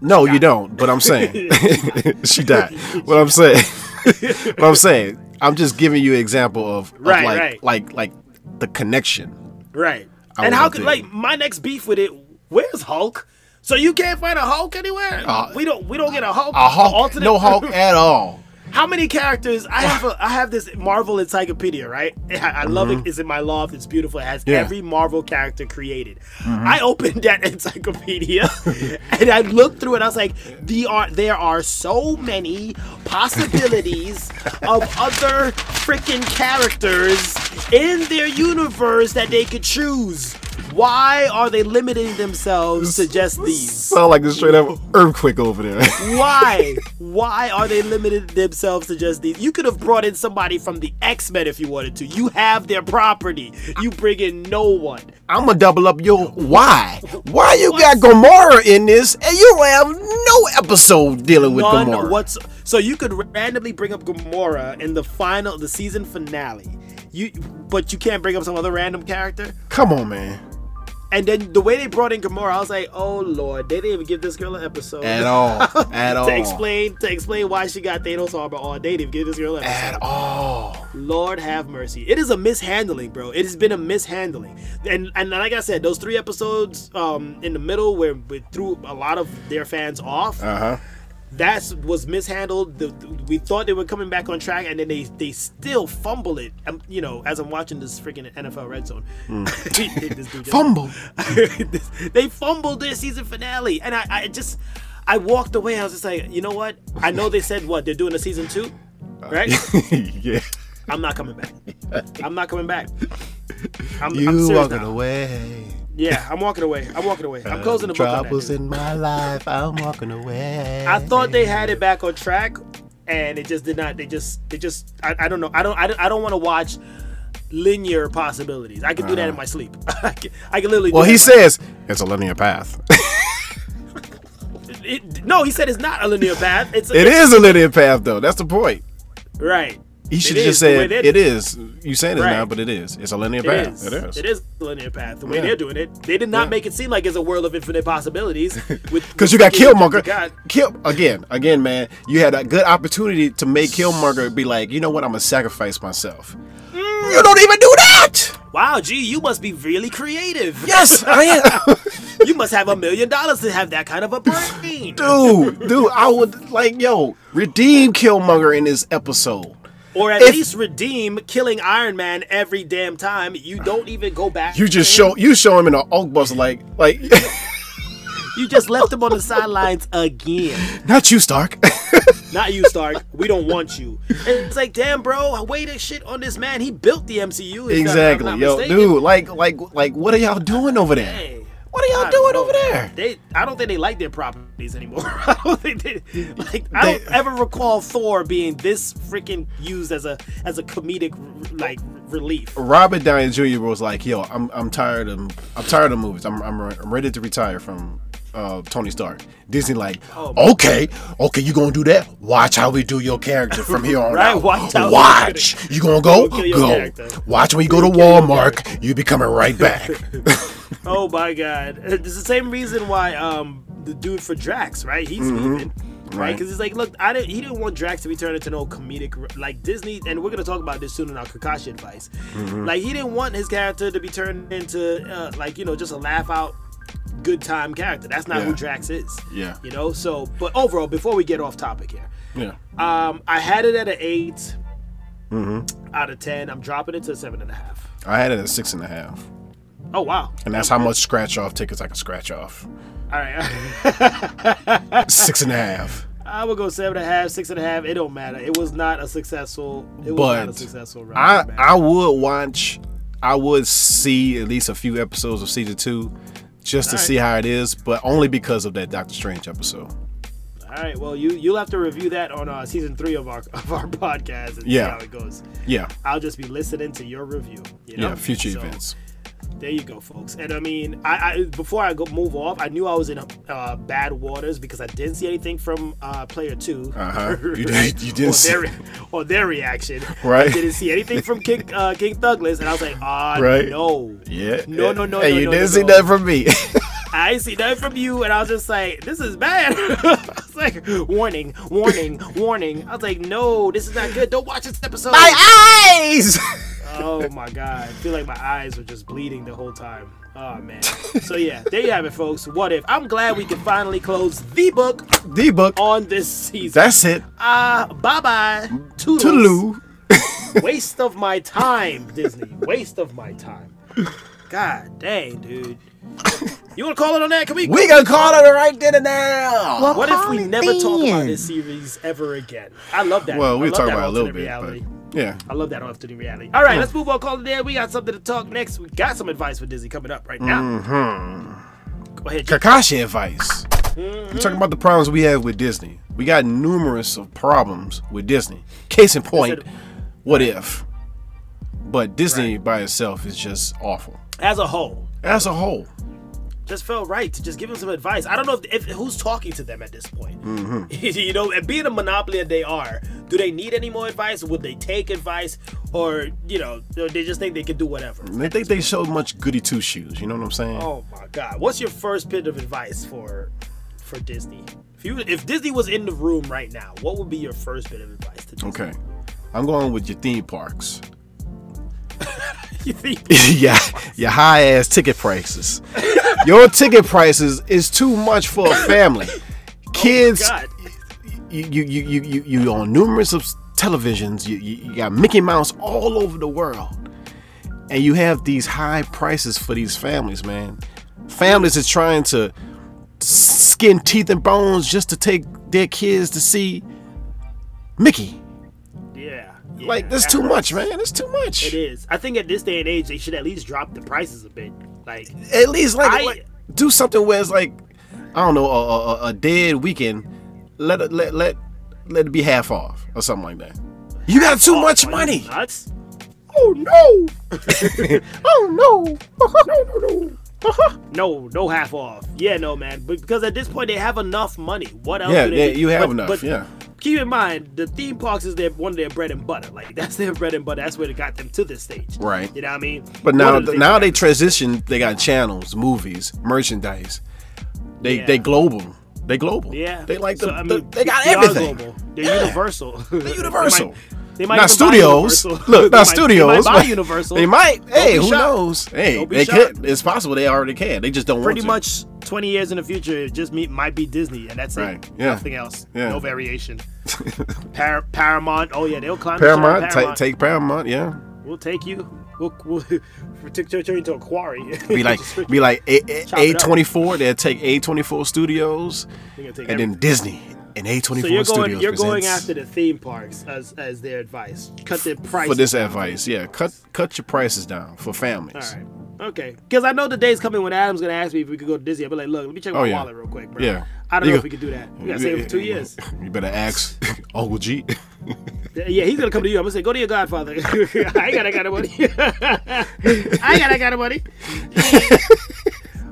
Speaker 1: No, you don't. But
Speaker 2: [LAUGHS]
Speaker 1: I'm saying [LAUGHS] she died. What I'm saying, [LAUGHS] what I'm saying, I'm just giving you an example of, of
Speaker 2: Right,
Speaker 1: like,
Speaker 2: right.
Speaker 1: like, like the connection.
Speaker 2: Right.
Speaker 1: I
Speaker 2: and how
Speaker 1: would
Speaker 2: could
Speaker 1: agree.
Speaker 2: like my next beef with it? Where's Hulk? So you can't find a Hulk anywhere.
Speaker 1: Uh,
Speaker 2: we don't. We don't get a Hulk.
Speaker 1: A Hulk,
Speaker 2: alternate- [LAUGHS]
Speaker 1: no Hulk at all.
Speaker 2: How many characters? I have a, I have this Marvel encyclopedia, right? [LAUGHS] I, I love it. It's in my loft. It's beautiful. It has
Speaker 1: Yeah.
Speaker 2: every Marvel character created. I opened that [LAUGHS] encyclopedia [LAUGHS] and I looked through it. I was like, the are there are so many possibilities of other freaking characters in their universe that they could choose. Why are they limiting themselves to just these?
Speaker 1: Sound like a straight up earthquake over there. [LAUGHS]
Speaker 2: Why? Why are they limited themselves to just these? You could have brought in somebody from the X Men if you wanted to. You have their property. You bring in no one.
Speaker 1: I'm gonna double up your why. Why you got Gomorrah in this and you have no episode dealing with
Speaker 2: None
Speaker 1: Gomorrah?
Speaker 2: what's so you could randomly bring up Gamora in the final, the season finale. You, but you can't bring up some other random character.
Speaker 1: Come on, man.
Speaker 2: And then the way they brought in Gamora, I was like, oh lord, they didn't even give this girl an episode
Speaker 1: At all. At all.
Speaker 2: [LAUGHS] to explain to explain why she got Thanos armor on. They didn't even give this girl an episode.
Speaker 1: At all.
Speaker 2: Lord have mercy. It is a mishandling, bro. It has been a mishandling. And and like I said, those three episodes um in the middle where we threw a lot of their fans off,
Speaker 1: Uh huh.
Speaker 2: that's was mishandled. The, we thought they were coming back on track and then they they still fumble it. Um, you know, as I'm watching this freaking NFL red zone. [LAUGHS] This dude just-
Speaker 1: Hmm. [LAUGHS] Fumble.
Speaker 2: [LAUGHS] they fumbled their season finale. And I, I just I walked away. I was just like, you know what? I know they said what, they're doing a season two? Right?
Speaker 1: [LAUGHS] yeah.
Speaker 2: I'm not coming back. I'm not coming back. I'm, I'm
Speaker 1: You
Speaker 2: serious
Speaker 1: walking
Speaker 2: now.
Speaker 1: away.
Speaker 2: Yeah, I'm walking away. I'm walking away. I'm closing the book. On that,
Speaker 1: Troubles
Speaker 2: dude.
Speaker 1: in my life. I'm walking away.
Speaker 2: I thought they had it back on track, and it just did not. They just, they just. I, I don't know. I don't. I don't, I don't want to watch linear possibilities. I can do that in my sleep. [LAUGHS] I, can, I can literally.
Speaker 1: Uh-huh. Well,
Speaker 2: do
Speaker 1: he
Speaker 2: that.
Speaker 1: says it's a linear path.
Speaker 2: It, no, he said it's not a linear path. It's
Speaker 1: [LAUGHS] it is a linear path, though. That's the point.
Speaker 2: right.
Speaker 1: He should
Speaker 2: is
Speaker 1: just
Speaker 2: the way
Speaker 1: said
Speaker 2: they're-
Speaker 1: it is. You saying it's
Speaker 2: Right.
Speaker 1: now, but it is. It's a linear
Speaker 2: It
Speaker 1: path.
Speaker 2: is. It is a linear path. The way
Speaker 1: Yeah.
Speaker 2: they're doing it, they did not make it seem like it's a world of infinite
Speaker 1: [LAUGHS]
Speaker 2: possibilities.
Speaker 1: Because you got Killmonger.
Speaker 2: God.
Speaker 1: Kill again, again, man. You had a good opportunity to make Killmonger be like, you know what? I'm gonna sacrifice myself.
Speaker 2: Mm.
Speaker 1: You don't even do that.
Speaker 2: Wow, gee, you must be really creative. [LAUGHS]
Speaker 1: Yes, I am.
Speaker 2: You must have a million dollars to have that kind of a brain.
Speaker 1: [LAUGHS] dude, dude, I would like, yo, redeem Killmonger in this episode.
Speaker 2: Or at
Speaker 1: If-
Speaker 2: least redeem killing Iron Man every damn time. You don't even go back.
Speaker 1: You
Speaker 2: to
Speaker 1: just
Speaker 2: him.
Speaker 1: show you show him in an Hulk bus like like [LAUGHS]
Speaker 2: You just left him on the sidelines again.
Speaker 1: not you
Speaker 2: [LAUGHS]
Speaker 1: Stark.
Speaker 2: Not you, Stark. We don't want you. And it's like, damn, bro, way to shit on this man. He built the MCU. if I'm not
Speaker 1: exactly. Yo,
Speaker 2: mistaken.
Speaker 1: dude, like like like what are y'all doing over there?
Speaker 2: Hey,
Speaker 1: What are
Speaker 2: I
Speaker 1: y'all doing
Speaker 2: don't
Speaker 1: over
Speaker 2: know.
Speaker 1: there?
Speaker 2: They, I don't think they like their properties anymore. [LAUGHS] I don't think they, like, I
Speaker 1: They-
Speaker 2: don't ever recall Thor being this freaking used as a as a comedic like relief.
Speaker 1: Robert Downey Jr. was like, "Yo, I'm I'm tired of I'm tired of movies. I'm I'm, re- I'm ready to retire from uh, Tony Stark." Disney like,
Speaker 2: Oh,
Speaker 1: "Okay, okay, you gonna do that? Watch how we do your character from here
Speaker 2: [LAUGHS]
Speaker 1: on
Speaker 2: Right,
Speaker 1: out.
Speaker 2: watch how we
Speaker 1: watch. You gonna go?
Speaker 2: We'll kill your
Speaker 1: Go.
Speaker 2: character.
Speaker 1: Watch when you go to Walmart. You be coming right back.
Speaker 2: [LAUGHS] Oh my god! It's the same reason why um the dude for Drax, right? He's leaving, right?
Speaker 1: Mm-hmm. Right.
Speaker 2: Because he's like, look, I didn't. He didn't want Drax to be turned into no comedic like Disney, and we're gonna talk about this soon in our Kakashi advice.
Speaker 1: Mm-hmm.
Speaker 2: Like he didn't want his character to be turned into uh, like you know just a laugh out. Good time character. That's not who
Speaker 1: Yeah.
Speaker 2: Drax is.
Speaker 1: Yeah.
Speaker 2: You know, so, but overall, before we get off topic here,
Speaker 1: yeah,
Speaker 2: um, I had it at an 8
Speaker 1: Mm-hmm.
Speaker 2: out of 10. I'm dropping it to a 7.5.
Speaker 1: I had it at six and a half,
Speaker 2: Oh, wow.
Speaker 1: and that's how
Speaker 2: [LAUGHS]
Speaker 1: much [LAUGHS] scratch off tickets I can scratch off.
Speaker 2: All right.
Speaker 1: Six and a half.
Speaker 2: I would go seven and a half, six and a half. It don't matter. It was not a successful. It was not a
Speaker 1: But
Speaker 2: successful round.
Speaker 1: I
Speaker 2: man.
Speaker 1: I would watch, I would see at least a few episodes of season two, just to
Speaker 2: Alright.
Speaker 1: see how it is. But only because of that Doctor Strange episode.
Speaker 2: All right. Well, you you'll have to review that on uh, season three of our [LAUGHS] of our podcast and
Speaker 1: Yeah.
Speaker 2: see how it goes.
Speaker 1: Yeah,
Speaker 2: I'll just be listening to your review. You know?
Speaker 1: yeah. Future
Speaker 2: So,
Speaker 1: events.
Speaker 2: There you go, folks. And I mean, I, I before I go move off, I knew I was in uh, bad waters because I didn't see anything from uh, player two. [LAUGHS]
Speaker 1: Uh-huh. You did- you didn't
Speaker 2: or,
Speaker 1: see-
Speaker 2: their, re- or their reaction. I
Speaker 1: Right.
Speaker 2: didn't see anything from King uh, King Douglas, and I was like, ah,
Speaker 1: Right.
Speaker 2: no,
Speaker 1: Yeah.
Speaker 2: no, no, no.
Speaker 1: Hey,
Speaker 2: no,
Speaker 1: you
Speaker 2: no,
Speaker 1: didn't
Speaker 2: no,
Speaker 1: see
Speaker 2: no.
Speaker 1: that from me.
Speaker 2: I ain't see nothing from you, and I was just like, this is bad. [LAUGHS] I was like, warning, warning, warning. I was like, no, this is not good. Don't watch this episode.
Speaker 1: My eyes. [LAUGHS]
Speaker 2: Oh my god. I feel like my eyes were just bleeding the whole time. Oh man. So yeah, there you have it folks. What if? I'm glad we can finally close the book
Speaker 1: the book.
Speaker 2: on this season.
Speaker 1: That's it.
Speaker 2: Ah, uh, bye-bye. Toodles.
Speaker 1: Toodaloo.
Speaker 2: Waste of my time, Disney. Waste of my time. God dang, dude. You wanna call it on that? Can we
Speaker 1: We gonna call it right then and now.
Speaker 2: What if we
Speaker 3: Colin
Speaker 2: never talk about
Speaker 3: Bean.
Speaker 2: this series ever again? I love that.
Speaker 1: Well, we
Speaker 2: I love
Speaker 1: talk
Speaker 2: that
Speaker 1: about it a little
Speaker 2: alternate
Speaker 1: bit,
Speaker 2: reality.
Speaker 1: but yeah.
Speaker 2: I love that alternate reality. All right, let's move on. Call it there. We got something to talk next. We got some advice for Disney coming up right now. Go ahead. Jack.
Speaker 1: Kakashi advice.
Speaker 2: Mm-hmm.
Speaker 1: We're talking about the problems we have with Disney. We got numerous of problems with Disney. Case in point,
Speaker 2: Listen-
Speaker 1: what if? But Disney by itself is just awful
Speaker 2: As a whole,
Speaker 1: as a whole.
Speaker 2: just felt right to just give them some advice. I don't know if, if who's talking to them at this point. [LAUGHS] you know, and being a monopoly that they are, do they need any more advice? Would they take advice, or you know, they just think they can do whatever?
Speaker 1: And They think they show much goody two shoes. You know what I'm saying?
Speaker 2: Oh my god. What's your first bit of advice for for Disney? If you if Disney was in the room right now, what would be your first bit of advice to Disney?
Speaker 1: Okay, I'm going with your theme parks.
Speaker 2: [LAUGHS]
Speaker 1: [LAUGHS]
Speaker 2: You think-
Speaker 1: yeah, your high ass
Speaker 2: [LAUGHS]
Speaker 1: ticket prices. Your ticket prices is too much for a family. Kids,
Speaker 2: Oh God.
Speaker 1: you you you you you you on numerous of s- televisions. You, you you got Mickey Mouse all over the world, and you have these high prices for these families, man. Families is trying to skin teeth and bones just to take their kids to see Mickey.
Speaker 2: Yeah.
Speaker 1: Like that's too much, man. That's too much.
Speaker 2: It is. I think at this day and age they should at least drop the prices a bit. Like
Speaker 1: at least like,
Speaker 2: I-
Speaker 1: like, do something where it's like I don't know a, a, a- a dead weekend. Let it let let let it be half off or something like that. You got too
Speaker 2: Oh,
Speaker 1: much money.
Speaker 2: nuts.
Speaker 1: Oh
Speaker 2: [LAUGHS]
Speaker 1: no! oh no! [LAUGHS] no no no!
Speaker 2: No, no half off. Yeah, no man. But because at this point they have enough money. What else
Speaker 1: Yeah,
Speaker 2: do they
Speaker 1: yeah, you have
Speaker 2: but-
Speaker 1: enough,
Speaker 2: but
Speaker 1: yeah.
Speaker 2: Keep in mind, the theme parks is their one of their bread and butter. Like [LAUGHS] that's their bread and butter. That's where they got them to this stage.
Speaker 1: Right.
Speaker 2: You know what I mean?
Speaker 1: but
Speaker 2: One
Speaker 1: now
Speaker 2: of the things
Speaker 1: now
Speaker 2: got
Speaker 1: they transition. They got channels, movies, merchandise. They
Speaker 2: Yeah.
Speaker 1: they global. They global.
Speaker 2: Yeah,
Speaker 1: They like the,
Speaker 2: So, I mean,
Speaker 1: the- they got
Speaker 2: are
Speaker 1: everything.
Speaker 2: global. They're universal. [LAUGHS] They're
Speaker 1: Universal.
Speaker 2: They might, they might
Speaker 1: Not
Speaker 2: even buy
Speaker 1: studios.
Speaker 2: Universal. They
Speaker 1: Look,
Speaker 2: might-
Speaker 1: not
Speaker 2: They
Speaker 1: studios. [LAUGHS]
Speaker 2: might buy
Speaker 1: but
Speaker 2: Universal.
Speaker 1: They might. Hey,
Speaker 2: be
Speaker 1: who
Speaker 2: shocked.
Speaker 1: knows? Hey,
Speaker 2: Don't be
Speaker 1: they
Speaker 2: shocked.
Speaker 1: could. It's possible they already can. They just don't
Speaker 2: Pretty
Speaker 1: want to.
Speaker 2: much 20 years in the future, it just me, might be Disney, and that's
Speaker 1: Right,
Speaker 2: it.
Speaker 1: yeah.
Speaker 2: Nothing else.
Speaker 1: Yeah.
Speaker 2: No
Speaker 1: [LAUGHS]
Speaker 2: variation. Par- Paramount. Oh, yeah, they'll climb the chart.
Speaker 1: Paramount,
Speaker 2: Paramount.
Speaker 1: Take, take
Speaker 2: [LAUGHS]
Speaker 1: Paramount. Yeah.
Speaker 2: We'll take you. We'll, we'll, [LAUGHS] we'll take turn you into a quarry. [LAUGHS]
Speaker 1: Be like, be like
Speaker 2: Chop it
Speaker 1: A
Speaker 2: up.
Speaker 1: twenty four. They'll take A twenty four Studios,
Speaker 2: We're gonna take
Speaker 1: and then Disney and A twenty
Speaker 2: So you're
Speaker 1: four
Speaker 2: going,
Speaker 1: Studios.
Speaker 2: you're going
Speaker 1: presents
Speaker 2: after the theme parks as, as their advice. Cut their prices.
Speaker 1: for this advice. Yeah, cut cut your prices down for families.
Speaker 2: All right. Okay. Because I know the day's coming when Adam's gonna ask me if we could go to Disney. I'll be like, look, let me check my
Speaker 1: Oh, yeah.
Speaker 2: wallet real quick, bro.
Speaker 1: Yeah.
Speaker 2: I don't
Speaker 1: You
Speaker 2: know
Speaker 1: go-
Speaker 2: if we could do that. We gotta save it for two [LAUGHS] years.
Speaker 1: You better ask
Speaker 2: [LAUGHS]
Speaker 1: Uncle G.
Speaker 2: yeah, he's gonna come to you. I'm gonna say, go to your godfather. [LAUGHS] I ain't got I got money. [LAUGHS] I got I got money.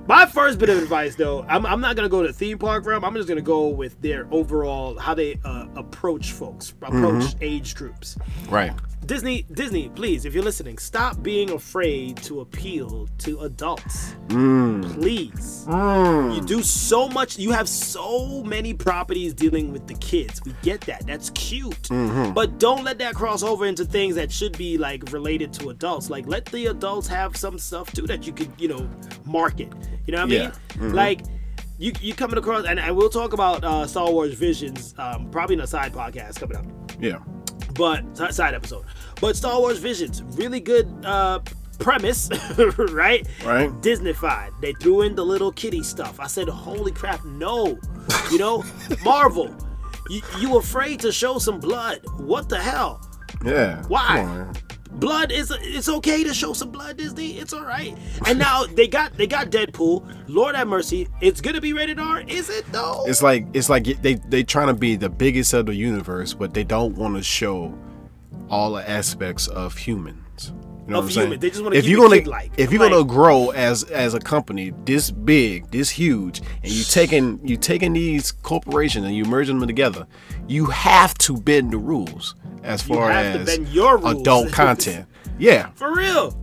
Speaker 2: My first bit of advice, though, I'm, I'm not gonna go to theme park realm. I'm just gonna go with their overall how they uh, approach folks, approach
Speaker 1: Mm-hmm.
Speaker 2: age groups.
Speaker 1: right.
Speaker 2: Disney, Disney, please, if you're listening, stop being afraid to appeal to adults. Please. You do so much, you have so many properties dealing with the kids. We get that. That's cute. But don't let that cross over into things that should be like related to adults. Like let the adults have some stuff too that you could, you know, market. You know what I
Speaker 1: Yeah.
Speaker 2: mean? Like you you coming across and, and we'll talk about uh, Star Wars Visions um, probably in a side podcast coming up
Speaker 1: Yeah.
Speaker 2: but si- side episode. But Star Wars Visions, really good uh premise, [LAUGHS] right?
Speaker 1: Right.
Speaker 2: Disneyfied. They
Speaker 1: [LAUGHS]
Speaker 2: threw in the little kitty stuff. I said, "Holy crap, no!" You know, Marvel. You, you afraid to show some blood? What the hell?
Speaker 1: Yeah.
Speaker 2: Why?
Speaker 1: Come on, man.
Speaker 2: Blood is it's okay to show some blood, Disney. It's all right. And now they got they got Deadpool. Lord have mercy. It's gonna be rated R, is it though?
Speaker 1: It's like it's like they they trying to be the biggest of the universe, but they don't want to show all the aspects of humans. You know
Speaker 2: Of
Speaker 1: what I'm saying?
Speaker 2: human. They just wanna
Speaker 1: if
Speaker 2: keep
Speaker 1: you're
Speaker 2: it
Speaker 1: gonna
Speaker 2: kid-like.
Speaker 1: if you're
Speaker 2: Like-
Speaker 1: gonna grow as as a company this big, this huge, and you taking you taking these corporations and you merging them together, you have to bend the rules as far
Speaker 2: have to
Speaker 1: as
Speaker 2: bend your rules.
Speaker 1: adult
Speaker 2: [LAUGHS]
Speaker 1: content. Yeah,
Speaker 2: For real.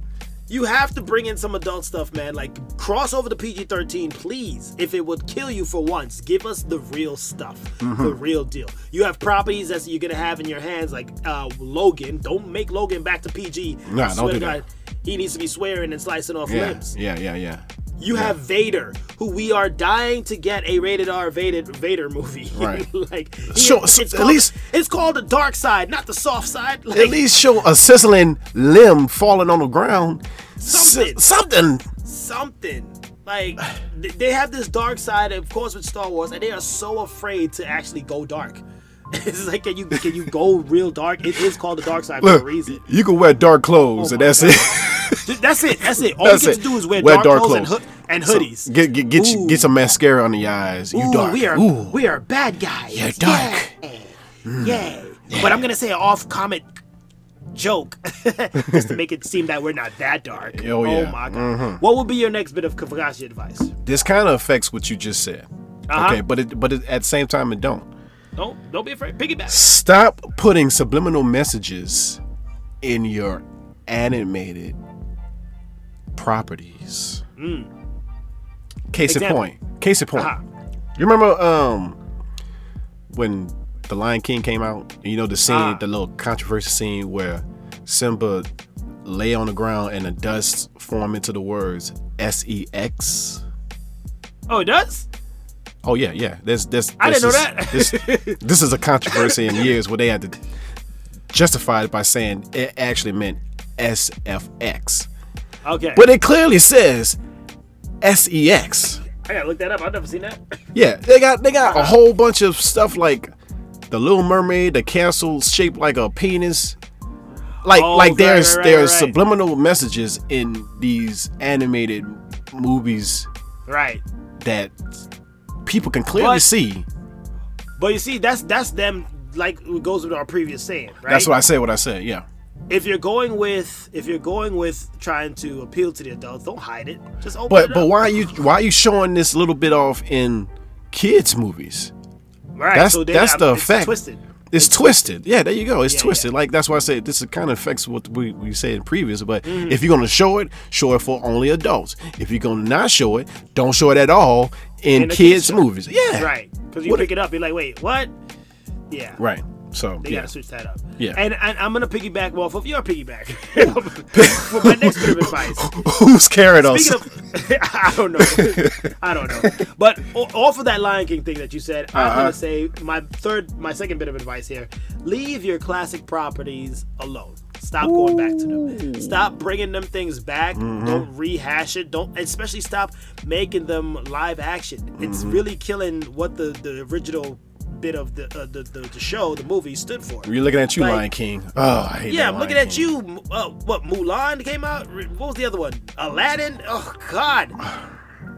Speaker 2: You have to bring in some adult stuff, man. Like cross over to PG thirteen, please. If it would kill you for once, give us the real stuff,
Speaker 1: Mm-hmm.
Speaker 2: the real deal. You have properties that you're gonna have in your hands, like uh, Logan. Don't make Logan back to PG.
Speaker 1: Nah,
Speaker 2: I
Speaker 1: don't
Speaker 2: swear
Speaker 1: do
Speaker 2: to
Speaker 1: that.
Speaker 2: He needs to be swearing and slicing off
Speaker 1: yeah,
Speaker 2: limbs.
Speaker 1: yeah, yeah, yeah.
Speaker 2: You have Vader, who we are dying to get a rated R Vader, Vader movie. [LAUGHS]
Speaker 1: Right.
Speaker 2: like, he-
Speaker 1: Sure, s- at
Speaker 2: called-
Speaker 1: least-
Speaker 2: it's called the dark side, not the soft side. Like,
Speaker 1: At least show a sizzling limb falling on the ground. S-
Speaker 2: Something.
Speaker 1: something.
Speaker 2: something.
Speaker 1: [SIGHS]
Speaker 2: Like th- they have this dark side, of course, with Star Wars, and they are so afraid to actually go dark. [LAUGHS] it's like, can you can you go real dark? It is called the dark side for a reason. Oh
Speaker 1: You can wear dark clothes, and that's it.
Speaker 2: Th- That's it. That's it. All
Speaker 1: That's
Speaker 2: you get
Speaker 1: it.
Speaker 2: to do is wear,
Speaker 1: Wear
Speaker 2: dark,
Speaker 1: dark
Speaker 2: clothes,
Speaker 1: clothes.
Speaker 2: and,
Speaker 1: So,
Speaker 2: hood- and hoodies.
Speaker 1: [LAUGHS] get get get, you,
Speaker 2: Ooh.
Speaker 1: get some mascara on the eyes. You
Speaker 2: Ooh,
Speaker 1: dark.
Speaker 2: We are
Speaker 1: Ooh.
Speaker 2: we are bad guys.
Speaker 1: You're dark. Hmm.
Speaker 2: Yeah. Yeah. But I'm gonna say an off comment joke [LAUGHS] just to make it seem that we're not that dark.
Speaker 1: Oh, yeah.
Speaker 2: my god. What would be your next bit of Kavagashi advice?
Speaker 1: This kind of affects what you just said.
Speaker 2: Uh-huh.
Speaker 1: Okay, but it, but it, at the same time it don't.
Speaker 2: Don't don't be afraid. Piggyback.
Speaker 1: Stop putting subliminal messages in your animated properties. Case in
Speaker 2: Mm. Example.
Speaker 1: point. Case in point.
Speaker 2: Uh-huh.
Speaker 1: You remember um when The Lion King came out? You know the scene,
Speaker 2: Ah.
Speaker 1: the little controversial scene where Simba lay on the ground and the dust formed into the words S E X.
Speaker 2: Oh, it does?
Speaker 1: Oh yeah, yeah. There's this.
Speaker 2: I didn't know
Speaker 1: is, that. this, this is a
Speaker 2: [LAUGHS]
Speaker 1: controversy in years where they had to justify it by saying it actually meant SFX,
Speaker 2: Okay.
Speaker 1: but it clearly says E SEX.
Speaker 2: I gotta look that up. I've never seen that. [COUGHS]
Speaker 1: Yeah, they got they got a whole bunch of stuff like the Little Mermaid, the castle shaped like a penis. Like
Speaker 2: Oh,
Speaker 1: like
Speaker 2: right,
Speaker 1: there's
Speaker 2: right, right,
Speaker 1: there's
Speaker 2: right.
Speaker 1: subliminal messages in these animated movies
Speaker 2: right.
Speaker 1: that people can clearly
Speaker 2: But-
Speaker 1: see.
Speaker 2: But you see, that's that's them like it goes with our previous saying, right?
Speaker 1: That's what I said. What I said. Yeah.
Speaker 2: if you're going with if you're going with trying to appeal to the adults, don't hide it. Just open
Speaker 1: But
Speaker 2: it
Speaker 1: but
Speaker 2: up.
Speaker 1: why are you why are you showing this little bit off in kids movies?
Speaker 2: Right.
Speaker 1: That's
Speaker 2: so then
Speaker 1: that's
Speaker 2: I'm-
Speaker 1: the
Speaker 2: it's
Speaker 1: effect.
Speaker 2: Twisted.
Speaker 1: It's twisted. Yeah, there you go. It's
Speaker 2: Yeah,
Speaker 1: twisted. Like that's why I said this is kind of affects what we, we said in previous. But
Speaker 2: Mm-hmm.
Speaker 1: if you're gonna show it, show it for only adults. If you're gonna not show it, don't show it at all in,
Speaker 2: In a kid's
Speaker 1: kids
Speaker 2: show.
Speaker 1: movies. Yeah.
Speaker 2: Right. Because you
Speaker 1: Eh. What
Speaker 2: pick it up, you're like, wait, what? Yeah.
Speaker 1: Right. So
Speaker 2: They
Speaker 1: yeah. [LAUGHS]
Speaker 2: gotta switch that up.
Speaker 1: Yeah.
Speaker 2: And, and I'm gonna piggyback off of your piggyback [LAUGHS] for my next bit of advice.
Speaker 1: [LAUGHS] Who's carrying us?
Speaker 2: Speaking of, [LAUGHS] I don't know, I don't know. But o- off of that Lion King thing that you said, I'm gonna say my third, my second bit of advice here: leave your classic properties alone. Stop going back to them. Stop bringing them things back. Don't rehash it. Don't, especially stop making them live action. It's really killing what the the original bit of the uh, the, the the show, the movie, stood for.
Speaker 1: [LAUGHS] You're looking at you,
Speaker 2: Like-
Speaker 1: Lion King. Oh, I hate
Speaker 2: Yeah, I'm
Speaker 1: that Lion
Speaker 2: looking at
Speaker 1: King.
Speaker 2: you. M- Uh, what Mulan came out? Re- What was the other one? Aladdin. Oh God,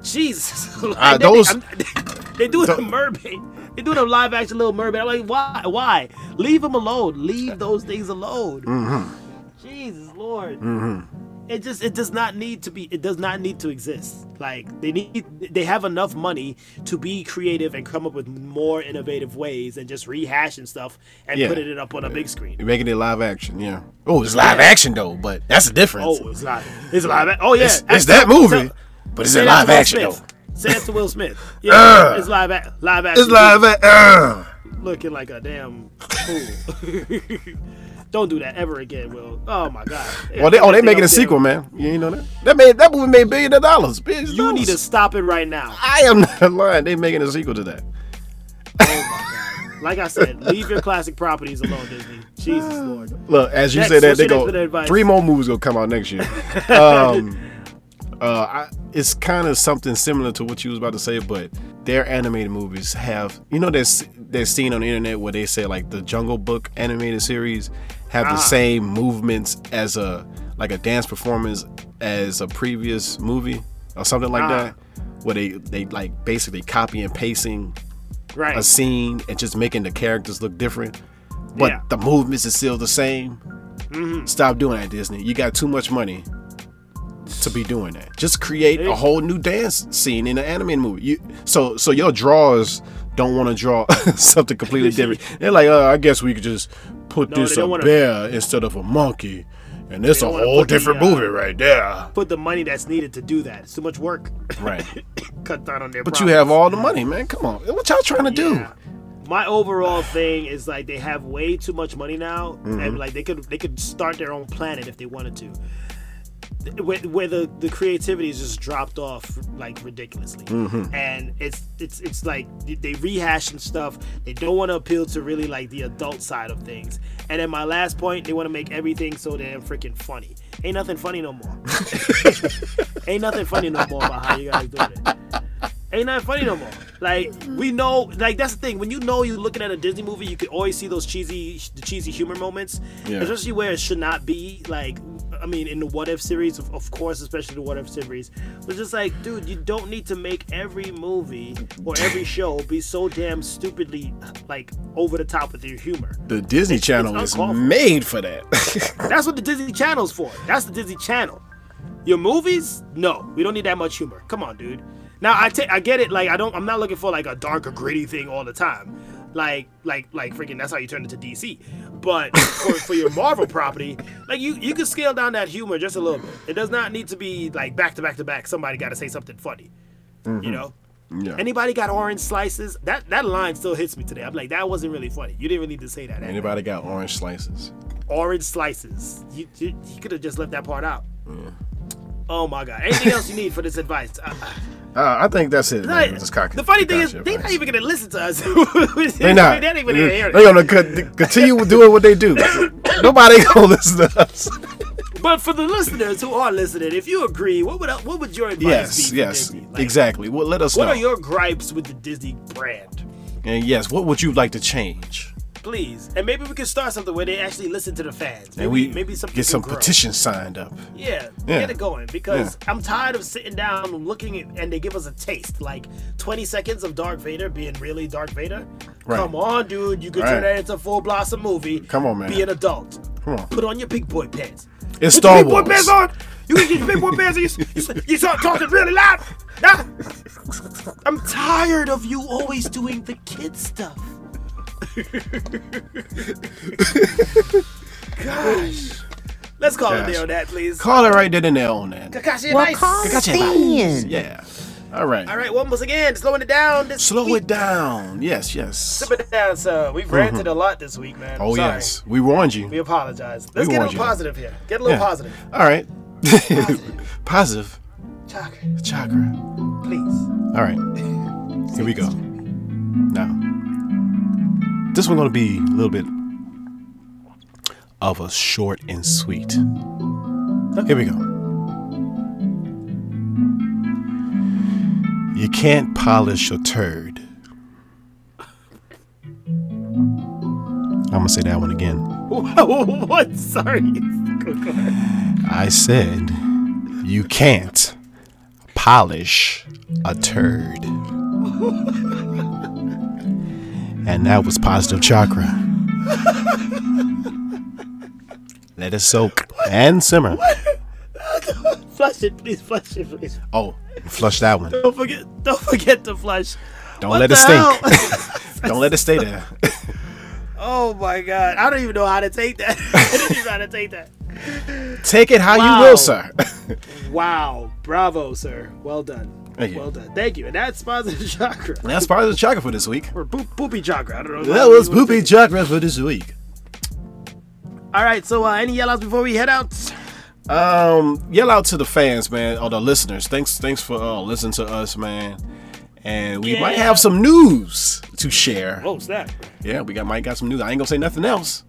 Speaker 2: Jesus! [LAUGHS] Like, they-
Speaker 1: Uh,
Speaker 2: they-
Speaker 1: those-
Speaker 2: I'm- [LAUGHS] they do the mermaid. They do the live action little mermaid. I'm like, why? Why? Leave them alone. Leave those things alone.
Speaker 1: Mm-hmm.
Speaker 2: Jesus Lord. It just it does not need to be. It does not need to exist. Like they need. They have enough money to be creative and come up with more innovative ways and just rehashing stuff and
Speaker 1: Yeah.
Speaker 2: putting it up on a big screen.
Speaker 1: You're making it live action. Yeah. Oh, it's live action though, but that's the difference.
Speaker 2: Oh, it's live. It's live. ac- Oh yeah,
Speaker 1: it's, it's that movie,
Speaker 2: tell-
Speaker 1: but it's
Speaker 2: Say
Speaker 1: in
Speaker 2: that to
Speaker 1: live
Speaker 2: Will
Speaker 1: action though.
Speaker 2: Smith. Say that to Will
Speaker 1: [LAUGHS]
Speaker 2: Smith. Yeah, it's live. ac live action.
Speaker 1: It's live at. Uh.
Speaker 2: Looking like a damn fool. [LAUGHS] Don't do that ever again, Will. Oh my god.
Speaker 1: Well, they, oh, they
Speaker 2: Everything
Speaker 1: making a
Speaker 2: up there.
Speaker 1: sequel, man. You ain't know that? That made that movie made billions of dollars. Billions of
Speaker 2: You need to
Speaker 1: dollars.
Speaker 2: stop it right now.
Speaker 1: I am not lying. They making a sequel to that.
Speaker 2: Oh, Like I said, leave your classic properties alone, Disney. Jesus Lord.
Speaker 1: [SIGHS] Look, as you
Speaker 2: Next,
Speaker 1: say that,
Speaker 2: what's
Speaker 1: they
Speaker 2: your next
Speaker 1: go
Speaker 2: bit of advice? [LAUGHS]
Speaker 1: three more movies gonna come out next year. um, Uh, I, it's kind of something similar to what you was about to say, but their animated movies have you know there's that scene on the internet where they say like the Jungle Book animated series have
Speaker 2: Ah.
Speaker 1: the same movements as a like a dance performance as a previous movie or something
Speaker 2: Ah.
Speaker 1: like that, where they they like basically copy and pasting
Speaker 2: Right.
Speaker 1: a scene and just making the characters look different, but
Speaker 2: Yeah. Mm-hmm.
Speaker 1: the movements is still the same. Stop doing that, Disney. You got too much money to be doing that. Just create a whole new dance scene in an anime movie. You, so so your drawers don't want to draw [LAUGHS]
Speaker 2: [LAUGHS]
Speaker 1: something completely different. They're like, uh, I guess we could just put
Speaker 2: No,
Speaker 1: this
Speaker 2: they
Speaker 1: a
Speaker 2: don't wanna-
Speaker 1: bear instead of a monkey, and it's a
Speaker 2: don't wanna
Speaker 1: whole
Speaker 2: put the,
Speaker 1: different
Speaker 2: uh,
Speaker 1: movie
Speaker 2: [LAUGHS]
Speaker 1: right there.
Speaker 2: Put the money that's needed to do that. It's too much work. [LAUGHS]
Speaker 1: Right.
Speaker 2: Cut down on their.
Speaker 1: But you have all the money, man. Come on, what y'all trying to do?
Speaker 2: Yeah. My overall thing is like they have way too much money now, and like they could they could start their own planet if they wanted to. Where, where the, the creativity is just dropped off like ridiculously, and it's it's it's like they rehashing stuff. They don't want to appeal to really like the adult side of things. And then my last point, they want to make everything so damn freaking funny. Ain't nothing funny no more. Ain't nothing funny no more about how you guys doing it ain't nothing funny no more. Like we know, like that's the thing. When you know you're looking at a Disney movie, you can always see those cheesy, the cheesy humor moments,
Speaker 1: Yeah.
Speaker 2: especially where it should not be. Like, I mean, in the What If series, of, of course, especially the What If series, but just like, dude, you don't need to make every movie or every show be so damn stupidly like over the top with your humor.
Speaker 1: The Disney Channel
Speaker 2: it's
Speaker 1: is
Speaker 2: uncalled for.
Speaker 1: made for that.
Speaker 2: [LAUGHS] That's what the Disney Channel's for. That's the Disney Channel. Your movies? No, we don't need that much humor. Come on, dude. Now I take, I get it. Like I don't, I'm not looking for like a dark or gritty thing all the time. Like, like, like, freaking. That's how you turn it to DC. But for, for your Marvel property, like you, you can scale down that humor just a little bit. It does not need to be like back to back to back. Somebody got to say something funny. You know.
Speaker 1: Yeah.
Speaker 2: Anybody got orange slices? That that line still hits me today. I'm like, that wasn't really funny. You didn't really need to say that. Andy
Speaker 1: Anybody got orange slices?
Speaker 2: orange slices. You, you, you could have just left that part out. Oh my god! Anything else you need for this advice?
Speaker 1: [LAUGHS]
Speaker 2: Uh,
Speaker 1: Uh, I think that's it.
Speaker 2: uh,
Speaker 1: man. Just cock-
Speaker 2: the funny thing
Speaker 1: cock
Speaker 2: is,
Speaker 1: shit,
Speaker 2: they're
Speaker 1: man.
Speaker 2: not even gonna listen to us. [LAUGHS]
Speaker 1: They
Speaker 2: They're
Speaker 1: not.
Speaker 2: not even gonna hear
Speaker 1: They're
Speaker 2: it.
Speaker 1: gonna con- continue doing what they do. [COUGHS] Nobody gonna listen to us.
Speaker 2: But for the listeners who are listening, if you agree, what would what would your advice be?
Speaker 1: Yes,
Speaker 2: for
Speaker 1: yes,
Speaker 2: Disney? Like,
Speaker 1: exactly. Well, let us
Speaker 2: What
Speaker 1: know.
Speaker 2: are your gripes with the Disney brand?
Speaker 1: and yes, what would you like to change?
Speaker 2: Please, and maybe we can start something where they actually listen to the fans. Maybe
Speaker 1: And we
Speaker 2: maybe something
Speaker 1: get
Speaker 2: can
Speaker 1: some
Speaker 2: grow.
Speaker 1: petitions signed up.
Speaker 2: Yeah,
Speaker 1: Yeah.
Speaker 2: get it going because I'm tired of sitting down and looking at, and they give us a taste like 20 seconds of Darth Vader being really Darth Vader.
Speaker 1: Right.
Speaker 2: Come on, dude, you could
Speaker 1: Right.
Speaker 2: turn that into a full blossom movie.
Speaker 1: Come on, man.
Speaker 2: Be an adult.
Speaker 1: Come on.
Speaker 2: Put on your big boy pants.
Speaker 1: It's
Speaker 2: Put your
Speaker 1: Star
Speaker 2: big
Speaker 1: Wars.
Speaker 2: boy pants on. You can get your big boy pants. on. You, you, you start talking really loud. Nah. I'm tired of you always doing the kid
Speaker 1: [LAUGHS]
Speaker 2: stuff. Gosh. Let's call it
Speaker 1: Gosh.
Speaker 2: there on that, please.
Speaker 1: Call it right then and there on that.
Speaker 2: Kakashi
Speaker 3: Well,
Speaker 2: Nice.
Speaker 3: call
Speaker 2: Kakashi-
Speaker 3: it then.
Speaker 1: Yeah. All right.
Speaker 2: All right, once again, slowing it down. This
Speaker 1: Slow
Speaker 2: week.
Speaker 1: it down. Yes, yes.
Speaker 2: Slow it down, sir. We've ranted a lot this week, man.
Speaker 1: Oh
Speaker 2: Sorry.
Speaker 1: yes. We warned you.
Speaker 2: We apologize. Let's
Speaker 1: We
Speaker 2: get a
Speaker 1: warned
Speaker 2: little
Speaker 1: you.
Speaker 2: positive here. Get a little
Speaker 1: Yeah.
Speaker 2: positive.
Speaker 1: All right. [LAUGHS] Positive
Speaker 2: Chaka,
Speaker 1: chakra. [LAUGHS]
Speaker 2: please.
Speaker 1: All right, here we go. Now, this one gonna be a little bit of a short and sweet. Here we go. You can't polish a turd. I'm gonna say that one again. Oh,
Speaker 2: what? Sorry. Go- go ahead.
Speaker 1: I said you can't polish a turd. and that was positive chakra. Let it soak and simmer.
Speaker 2: Flush it, please. Flush it, please.
Speaker 1: Oh, flush that one.
Speaker 2: Don't forget. Don't forget to flush.
Speaker 1: Don't
Speaker 2: What
Speaker 1: let
Speaker 2: the
Speaker 1: it stink.
Speaker 2: hell?
Speaker 1: [LAUGHS]
Speaker 2: [LAUGHS]
Speaker 1: Don't let it stay there.
Speaker 2: oh my God! I don't even know how to take that. [LAUGHS] I don't even know how to take that.
Speaker 1: Take it how
Speaker 2: Wow.
Speaker 1: you will, sir. [LAUGHS]
Speaker 2: Wow! Bravo, sir. Well done.
Speaker 1: Thank you.
Speaker 2: Well done. Thank you. And that's positive chakra
Speaker 1: That's positive chakra for this week.
Speaker 2: or boop, poopy chakra. I don't know.
Speaker 1: That was poopy chakra for this week.
Speaker 2: All right. So, uh, any yell outs before we head out?
Speaker 1: Um, yell out to the fans, man, or the listeners. Thanks, thanks for uh, listening to us, man. And we might
Speaker 2: Yeah.
Speaker 1: have some news to share.
Speaker 2: Oh snap!
Speaker 1: Yeah, we got might got some news. I ain't gonna say nothing else.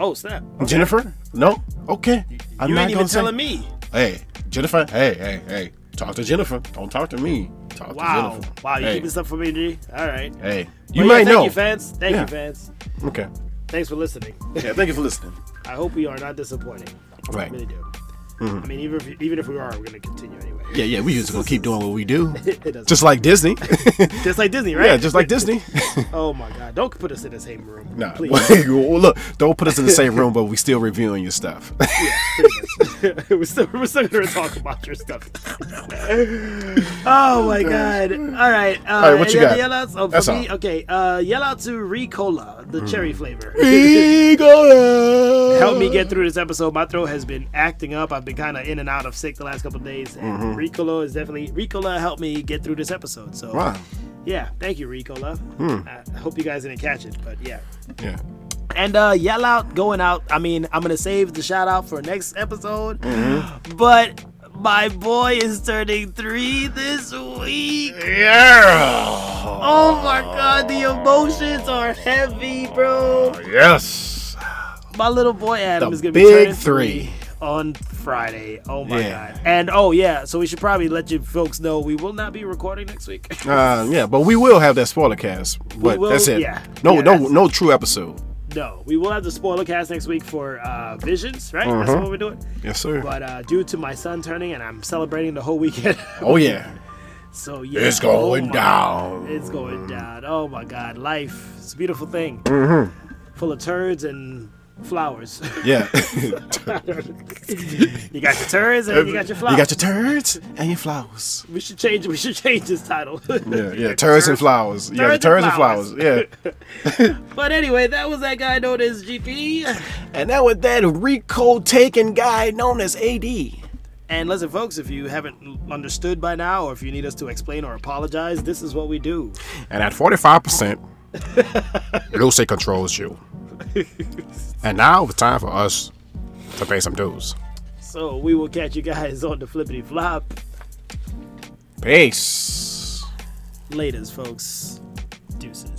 Speaker 2: Oh snap!
Speaker 1: Jennifer, no, okay. I'm
Speaker 2: You
Speaker 1: not
Speaker 2: ain't even
Speaker 1: gonna say-
Speaker 2: telling me.
Speaker 1: Hey, Jennifer. Hey, hey, hey. Talk to Jennifer. Don't talk to me. Talk
Speaker 2: Wow.
Speaker 1: to Jennifer.
Speaker 2: Wow, you
Speaker 1: hey,
Speaker 2: keeping stuff for me, G? All right. Well,
Speaker 1: Hey,
Speaker 2: yeah,
Speaker 1: you might
Speaker 2: thank
Speaker 1: know.
Speaker 2: you, fans. Thank
Speaker 1: Yeah.
Speaker 2: you, fans.
Speaker 1: okay.
Speaker 2: Thanks for
Speaker 1: [LAUGHS]
Speaker 2: listening.
Speaker 1: Yeah, thank you for listening.
Speaker 2: I hope we are not disappointing. I
Speaker 1: Right.
Speaker 2: really do. I mean, even if, even if we are, we're gonna continue anyway.
Speaker 1: Mm-hmm. Yeah, yeah, we just gonna keep doing what we do.
Speaker 2: [LAUGHS] It doesn't.
Speaker 1: Just like Disney. [LAUGHS]
Speaker 2: Just like Disney, right?
Speaker 1: yeah, just like Disney.
Speaker 2: [LAUGHS] Oh my God! Don't put us in the same room.
Speaker 1: Nah,
Speaker 2: please.
Speaker 1: [LAUGHS] well, look, don't put us in the same room, but we still reviewing your stuff. [LAUGHS]
Speaker 2: [LAUGHS] we're still we're still gonna talk about your stuff. [LAUGHS] oh my god! All right. Uh,
Speaker 1: right, what you
Speaker 2: any other
Speaker 1: got?
Speaker 2: Yell-outs? Oh, for
Speaker 1: That's
Speaker 2: me,
Speaker 1: all.
Speaker 2: okay. Uh, yell out to Ricola, the cherry flavor.
Speaker 1: Eagle.
Speaker 2: Help me get through this episode. My throat has been acting up. I've been kind of in and out of sick the last couple of days, and
Speaker 1: Mm-hmm.
Speaker 2: Ricola is definitely Ricola helped me get through this episode. So
Speaker 1: Wow. Hmm.
Speaker 2: yeah, thank you, Ricola. I hope you guys didn't catch it, but yeah.
Speaker 1: Yeah.
Speaker 2: And uh, yell out going out. I mean, I'm gonna save the shout out for next episode.
Speaker 1: Mm-hmm.
Speaker 2: But my boy is turning three this week.
Speaker 1: Yeah.
Speaker 2: Oh my god, the emotions are heavy, bro.
Speaker 1: Yes.
Speaker 2: My little boy Adam
Speaker 1: The
Speaker 2: is gonna be
Speaker 1: big
Speaker 2: turning
Speaker 1: three.
Speaker 2: three on Friday. Oh my
Speaker 1: Yeah.
Speaker 2: god. And oh yeah, so we should probably let you folks know we will not be recording next week. [LAUGHS]
Speaker 1: Uh, yeah, but we will have that spoiler cast. But
Speaker 2: will-
Speaker 1: that's it.
Speaker 2: yeah.
Speaker 1: No,
Speaker 2: Yeah,
Speaker 1: no,
Speaker 2: that's-
Speaker 1: no true episode.
Speaker 2: no, we will have the spoiler cast next week for uh, Visions, right? That's
Speaker 1: Uh-huh.
Speaker 2: what we're doing.
Speaker 1: Yes, sir.
Speaker 2: But uh, due to my son turning, and I'm celebrating the whole weekend. [LAUGHS]
Speaker 1: oh yeah,
Speaker 2: So yeah,
Speaker 1: it's
Speaker 2: oh
Speaker 1: going
Speaker 2: my-
Speaker 1: down.
Speaker 2: It's going down. Oh my God, life! It's a beautiful thing,
Speaker 1: Mm-hmm.
Speaker 2: full of turds and flowers. [LAUGHS]
Speaker 1: Yeah.
Speaker 2: you got your turds and you got your flowers.
Speaker 1: [LAUGHS] [LAUGHS] You got your turds and your [LAUGHS] flowers.
Speaker 2: we should change. We should change this title. [LAUGHS]
Speaker 1: Yeah, yeah, turds and flowers. You got your
Speaker 2: Turds
Speaker 1: turds
Speaker 2: and
Speaker 1: and flowers. Yeah.
Speaker 2: But anyway, that was that guy known as GP.
Speaker 1: [LAUGHS] and that was that Rico taken guy known as AD.
Speaker 2: And listen, folks, if you haven't understood by now, or if you need us to explain or apologize, this is what we do.
Speaker 5: And at 45%, Lucy controls you. and now it's time for us to pay some dues.
Speaker 2: So we will catch you guys on the flippity flop.
Speaker 1: Peace.
Speaker 2: Laters, folks. Deuces.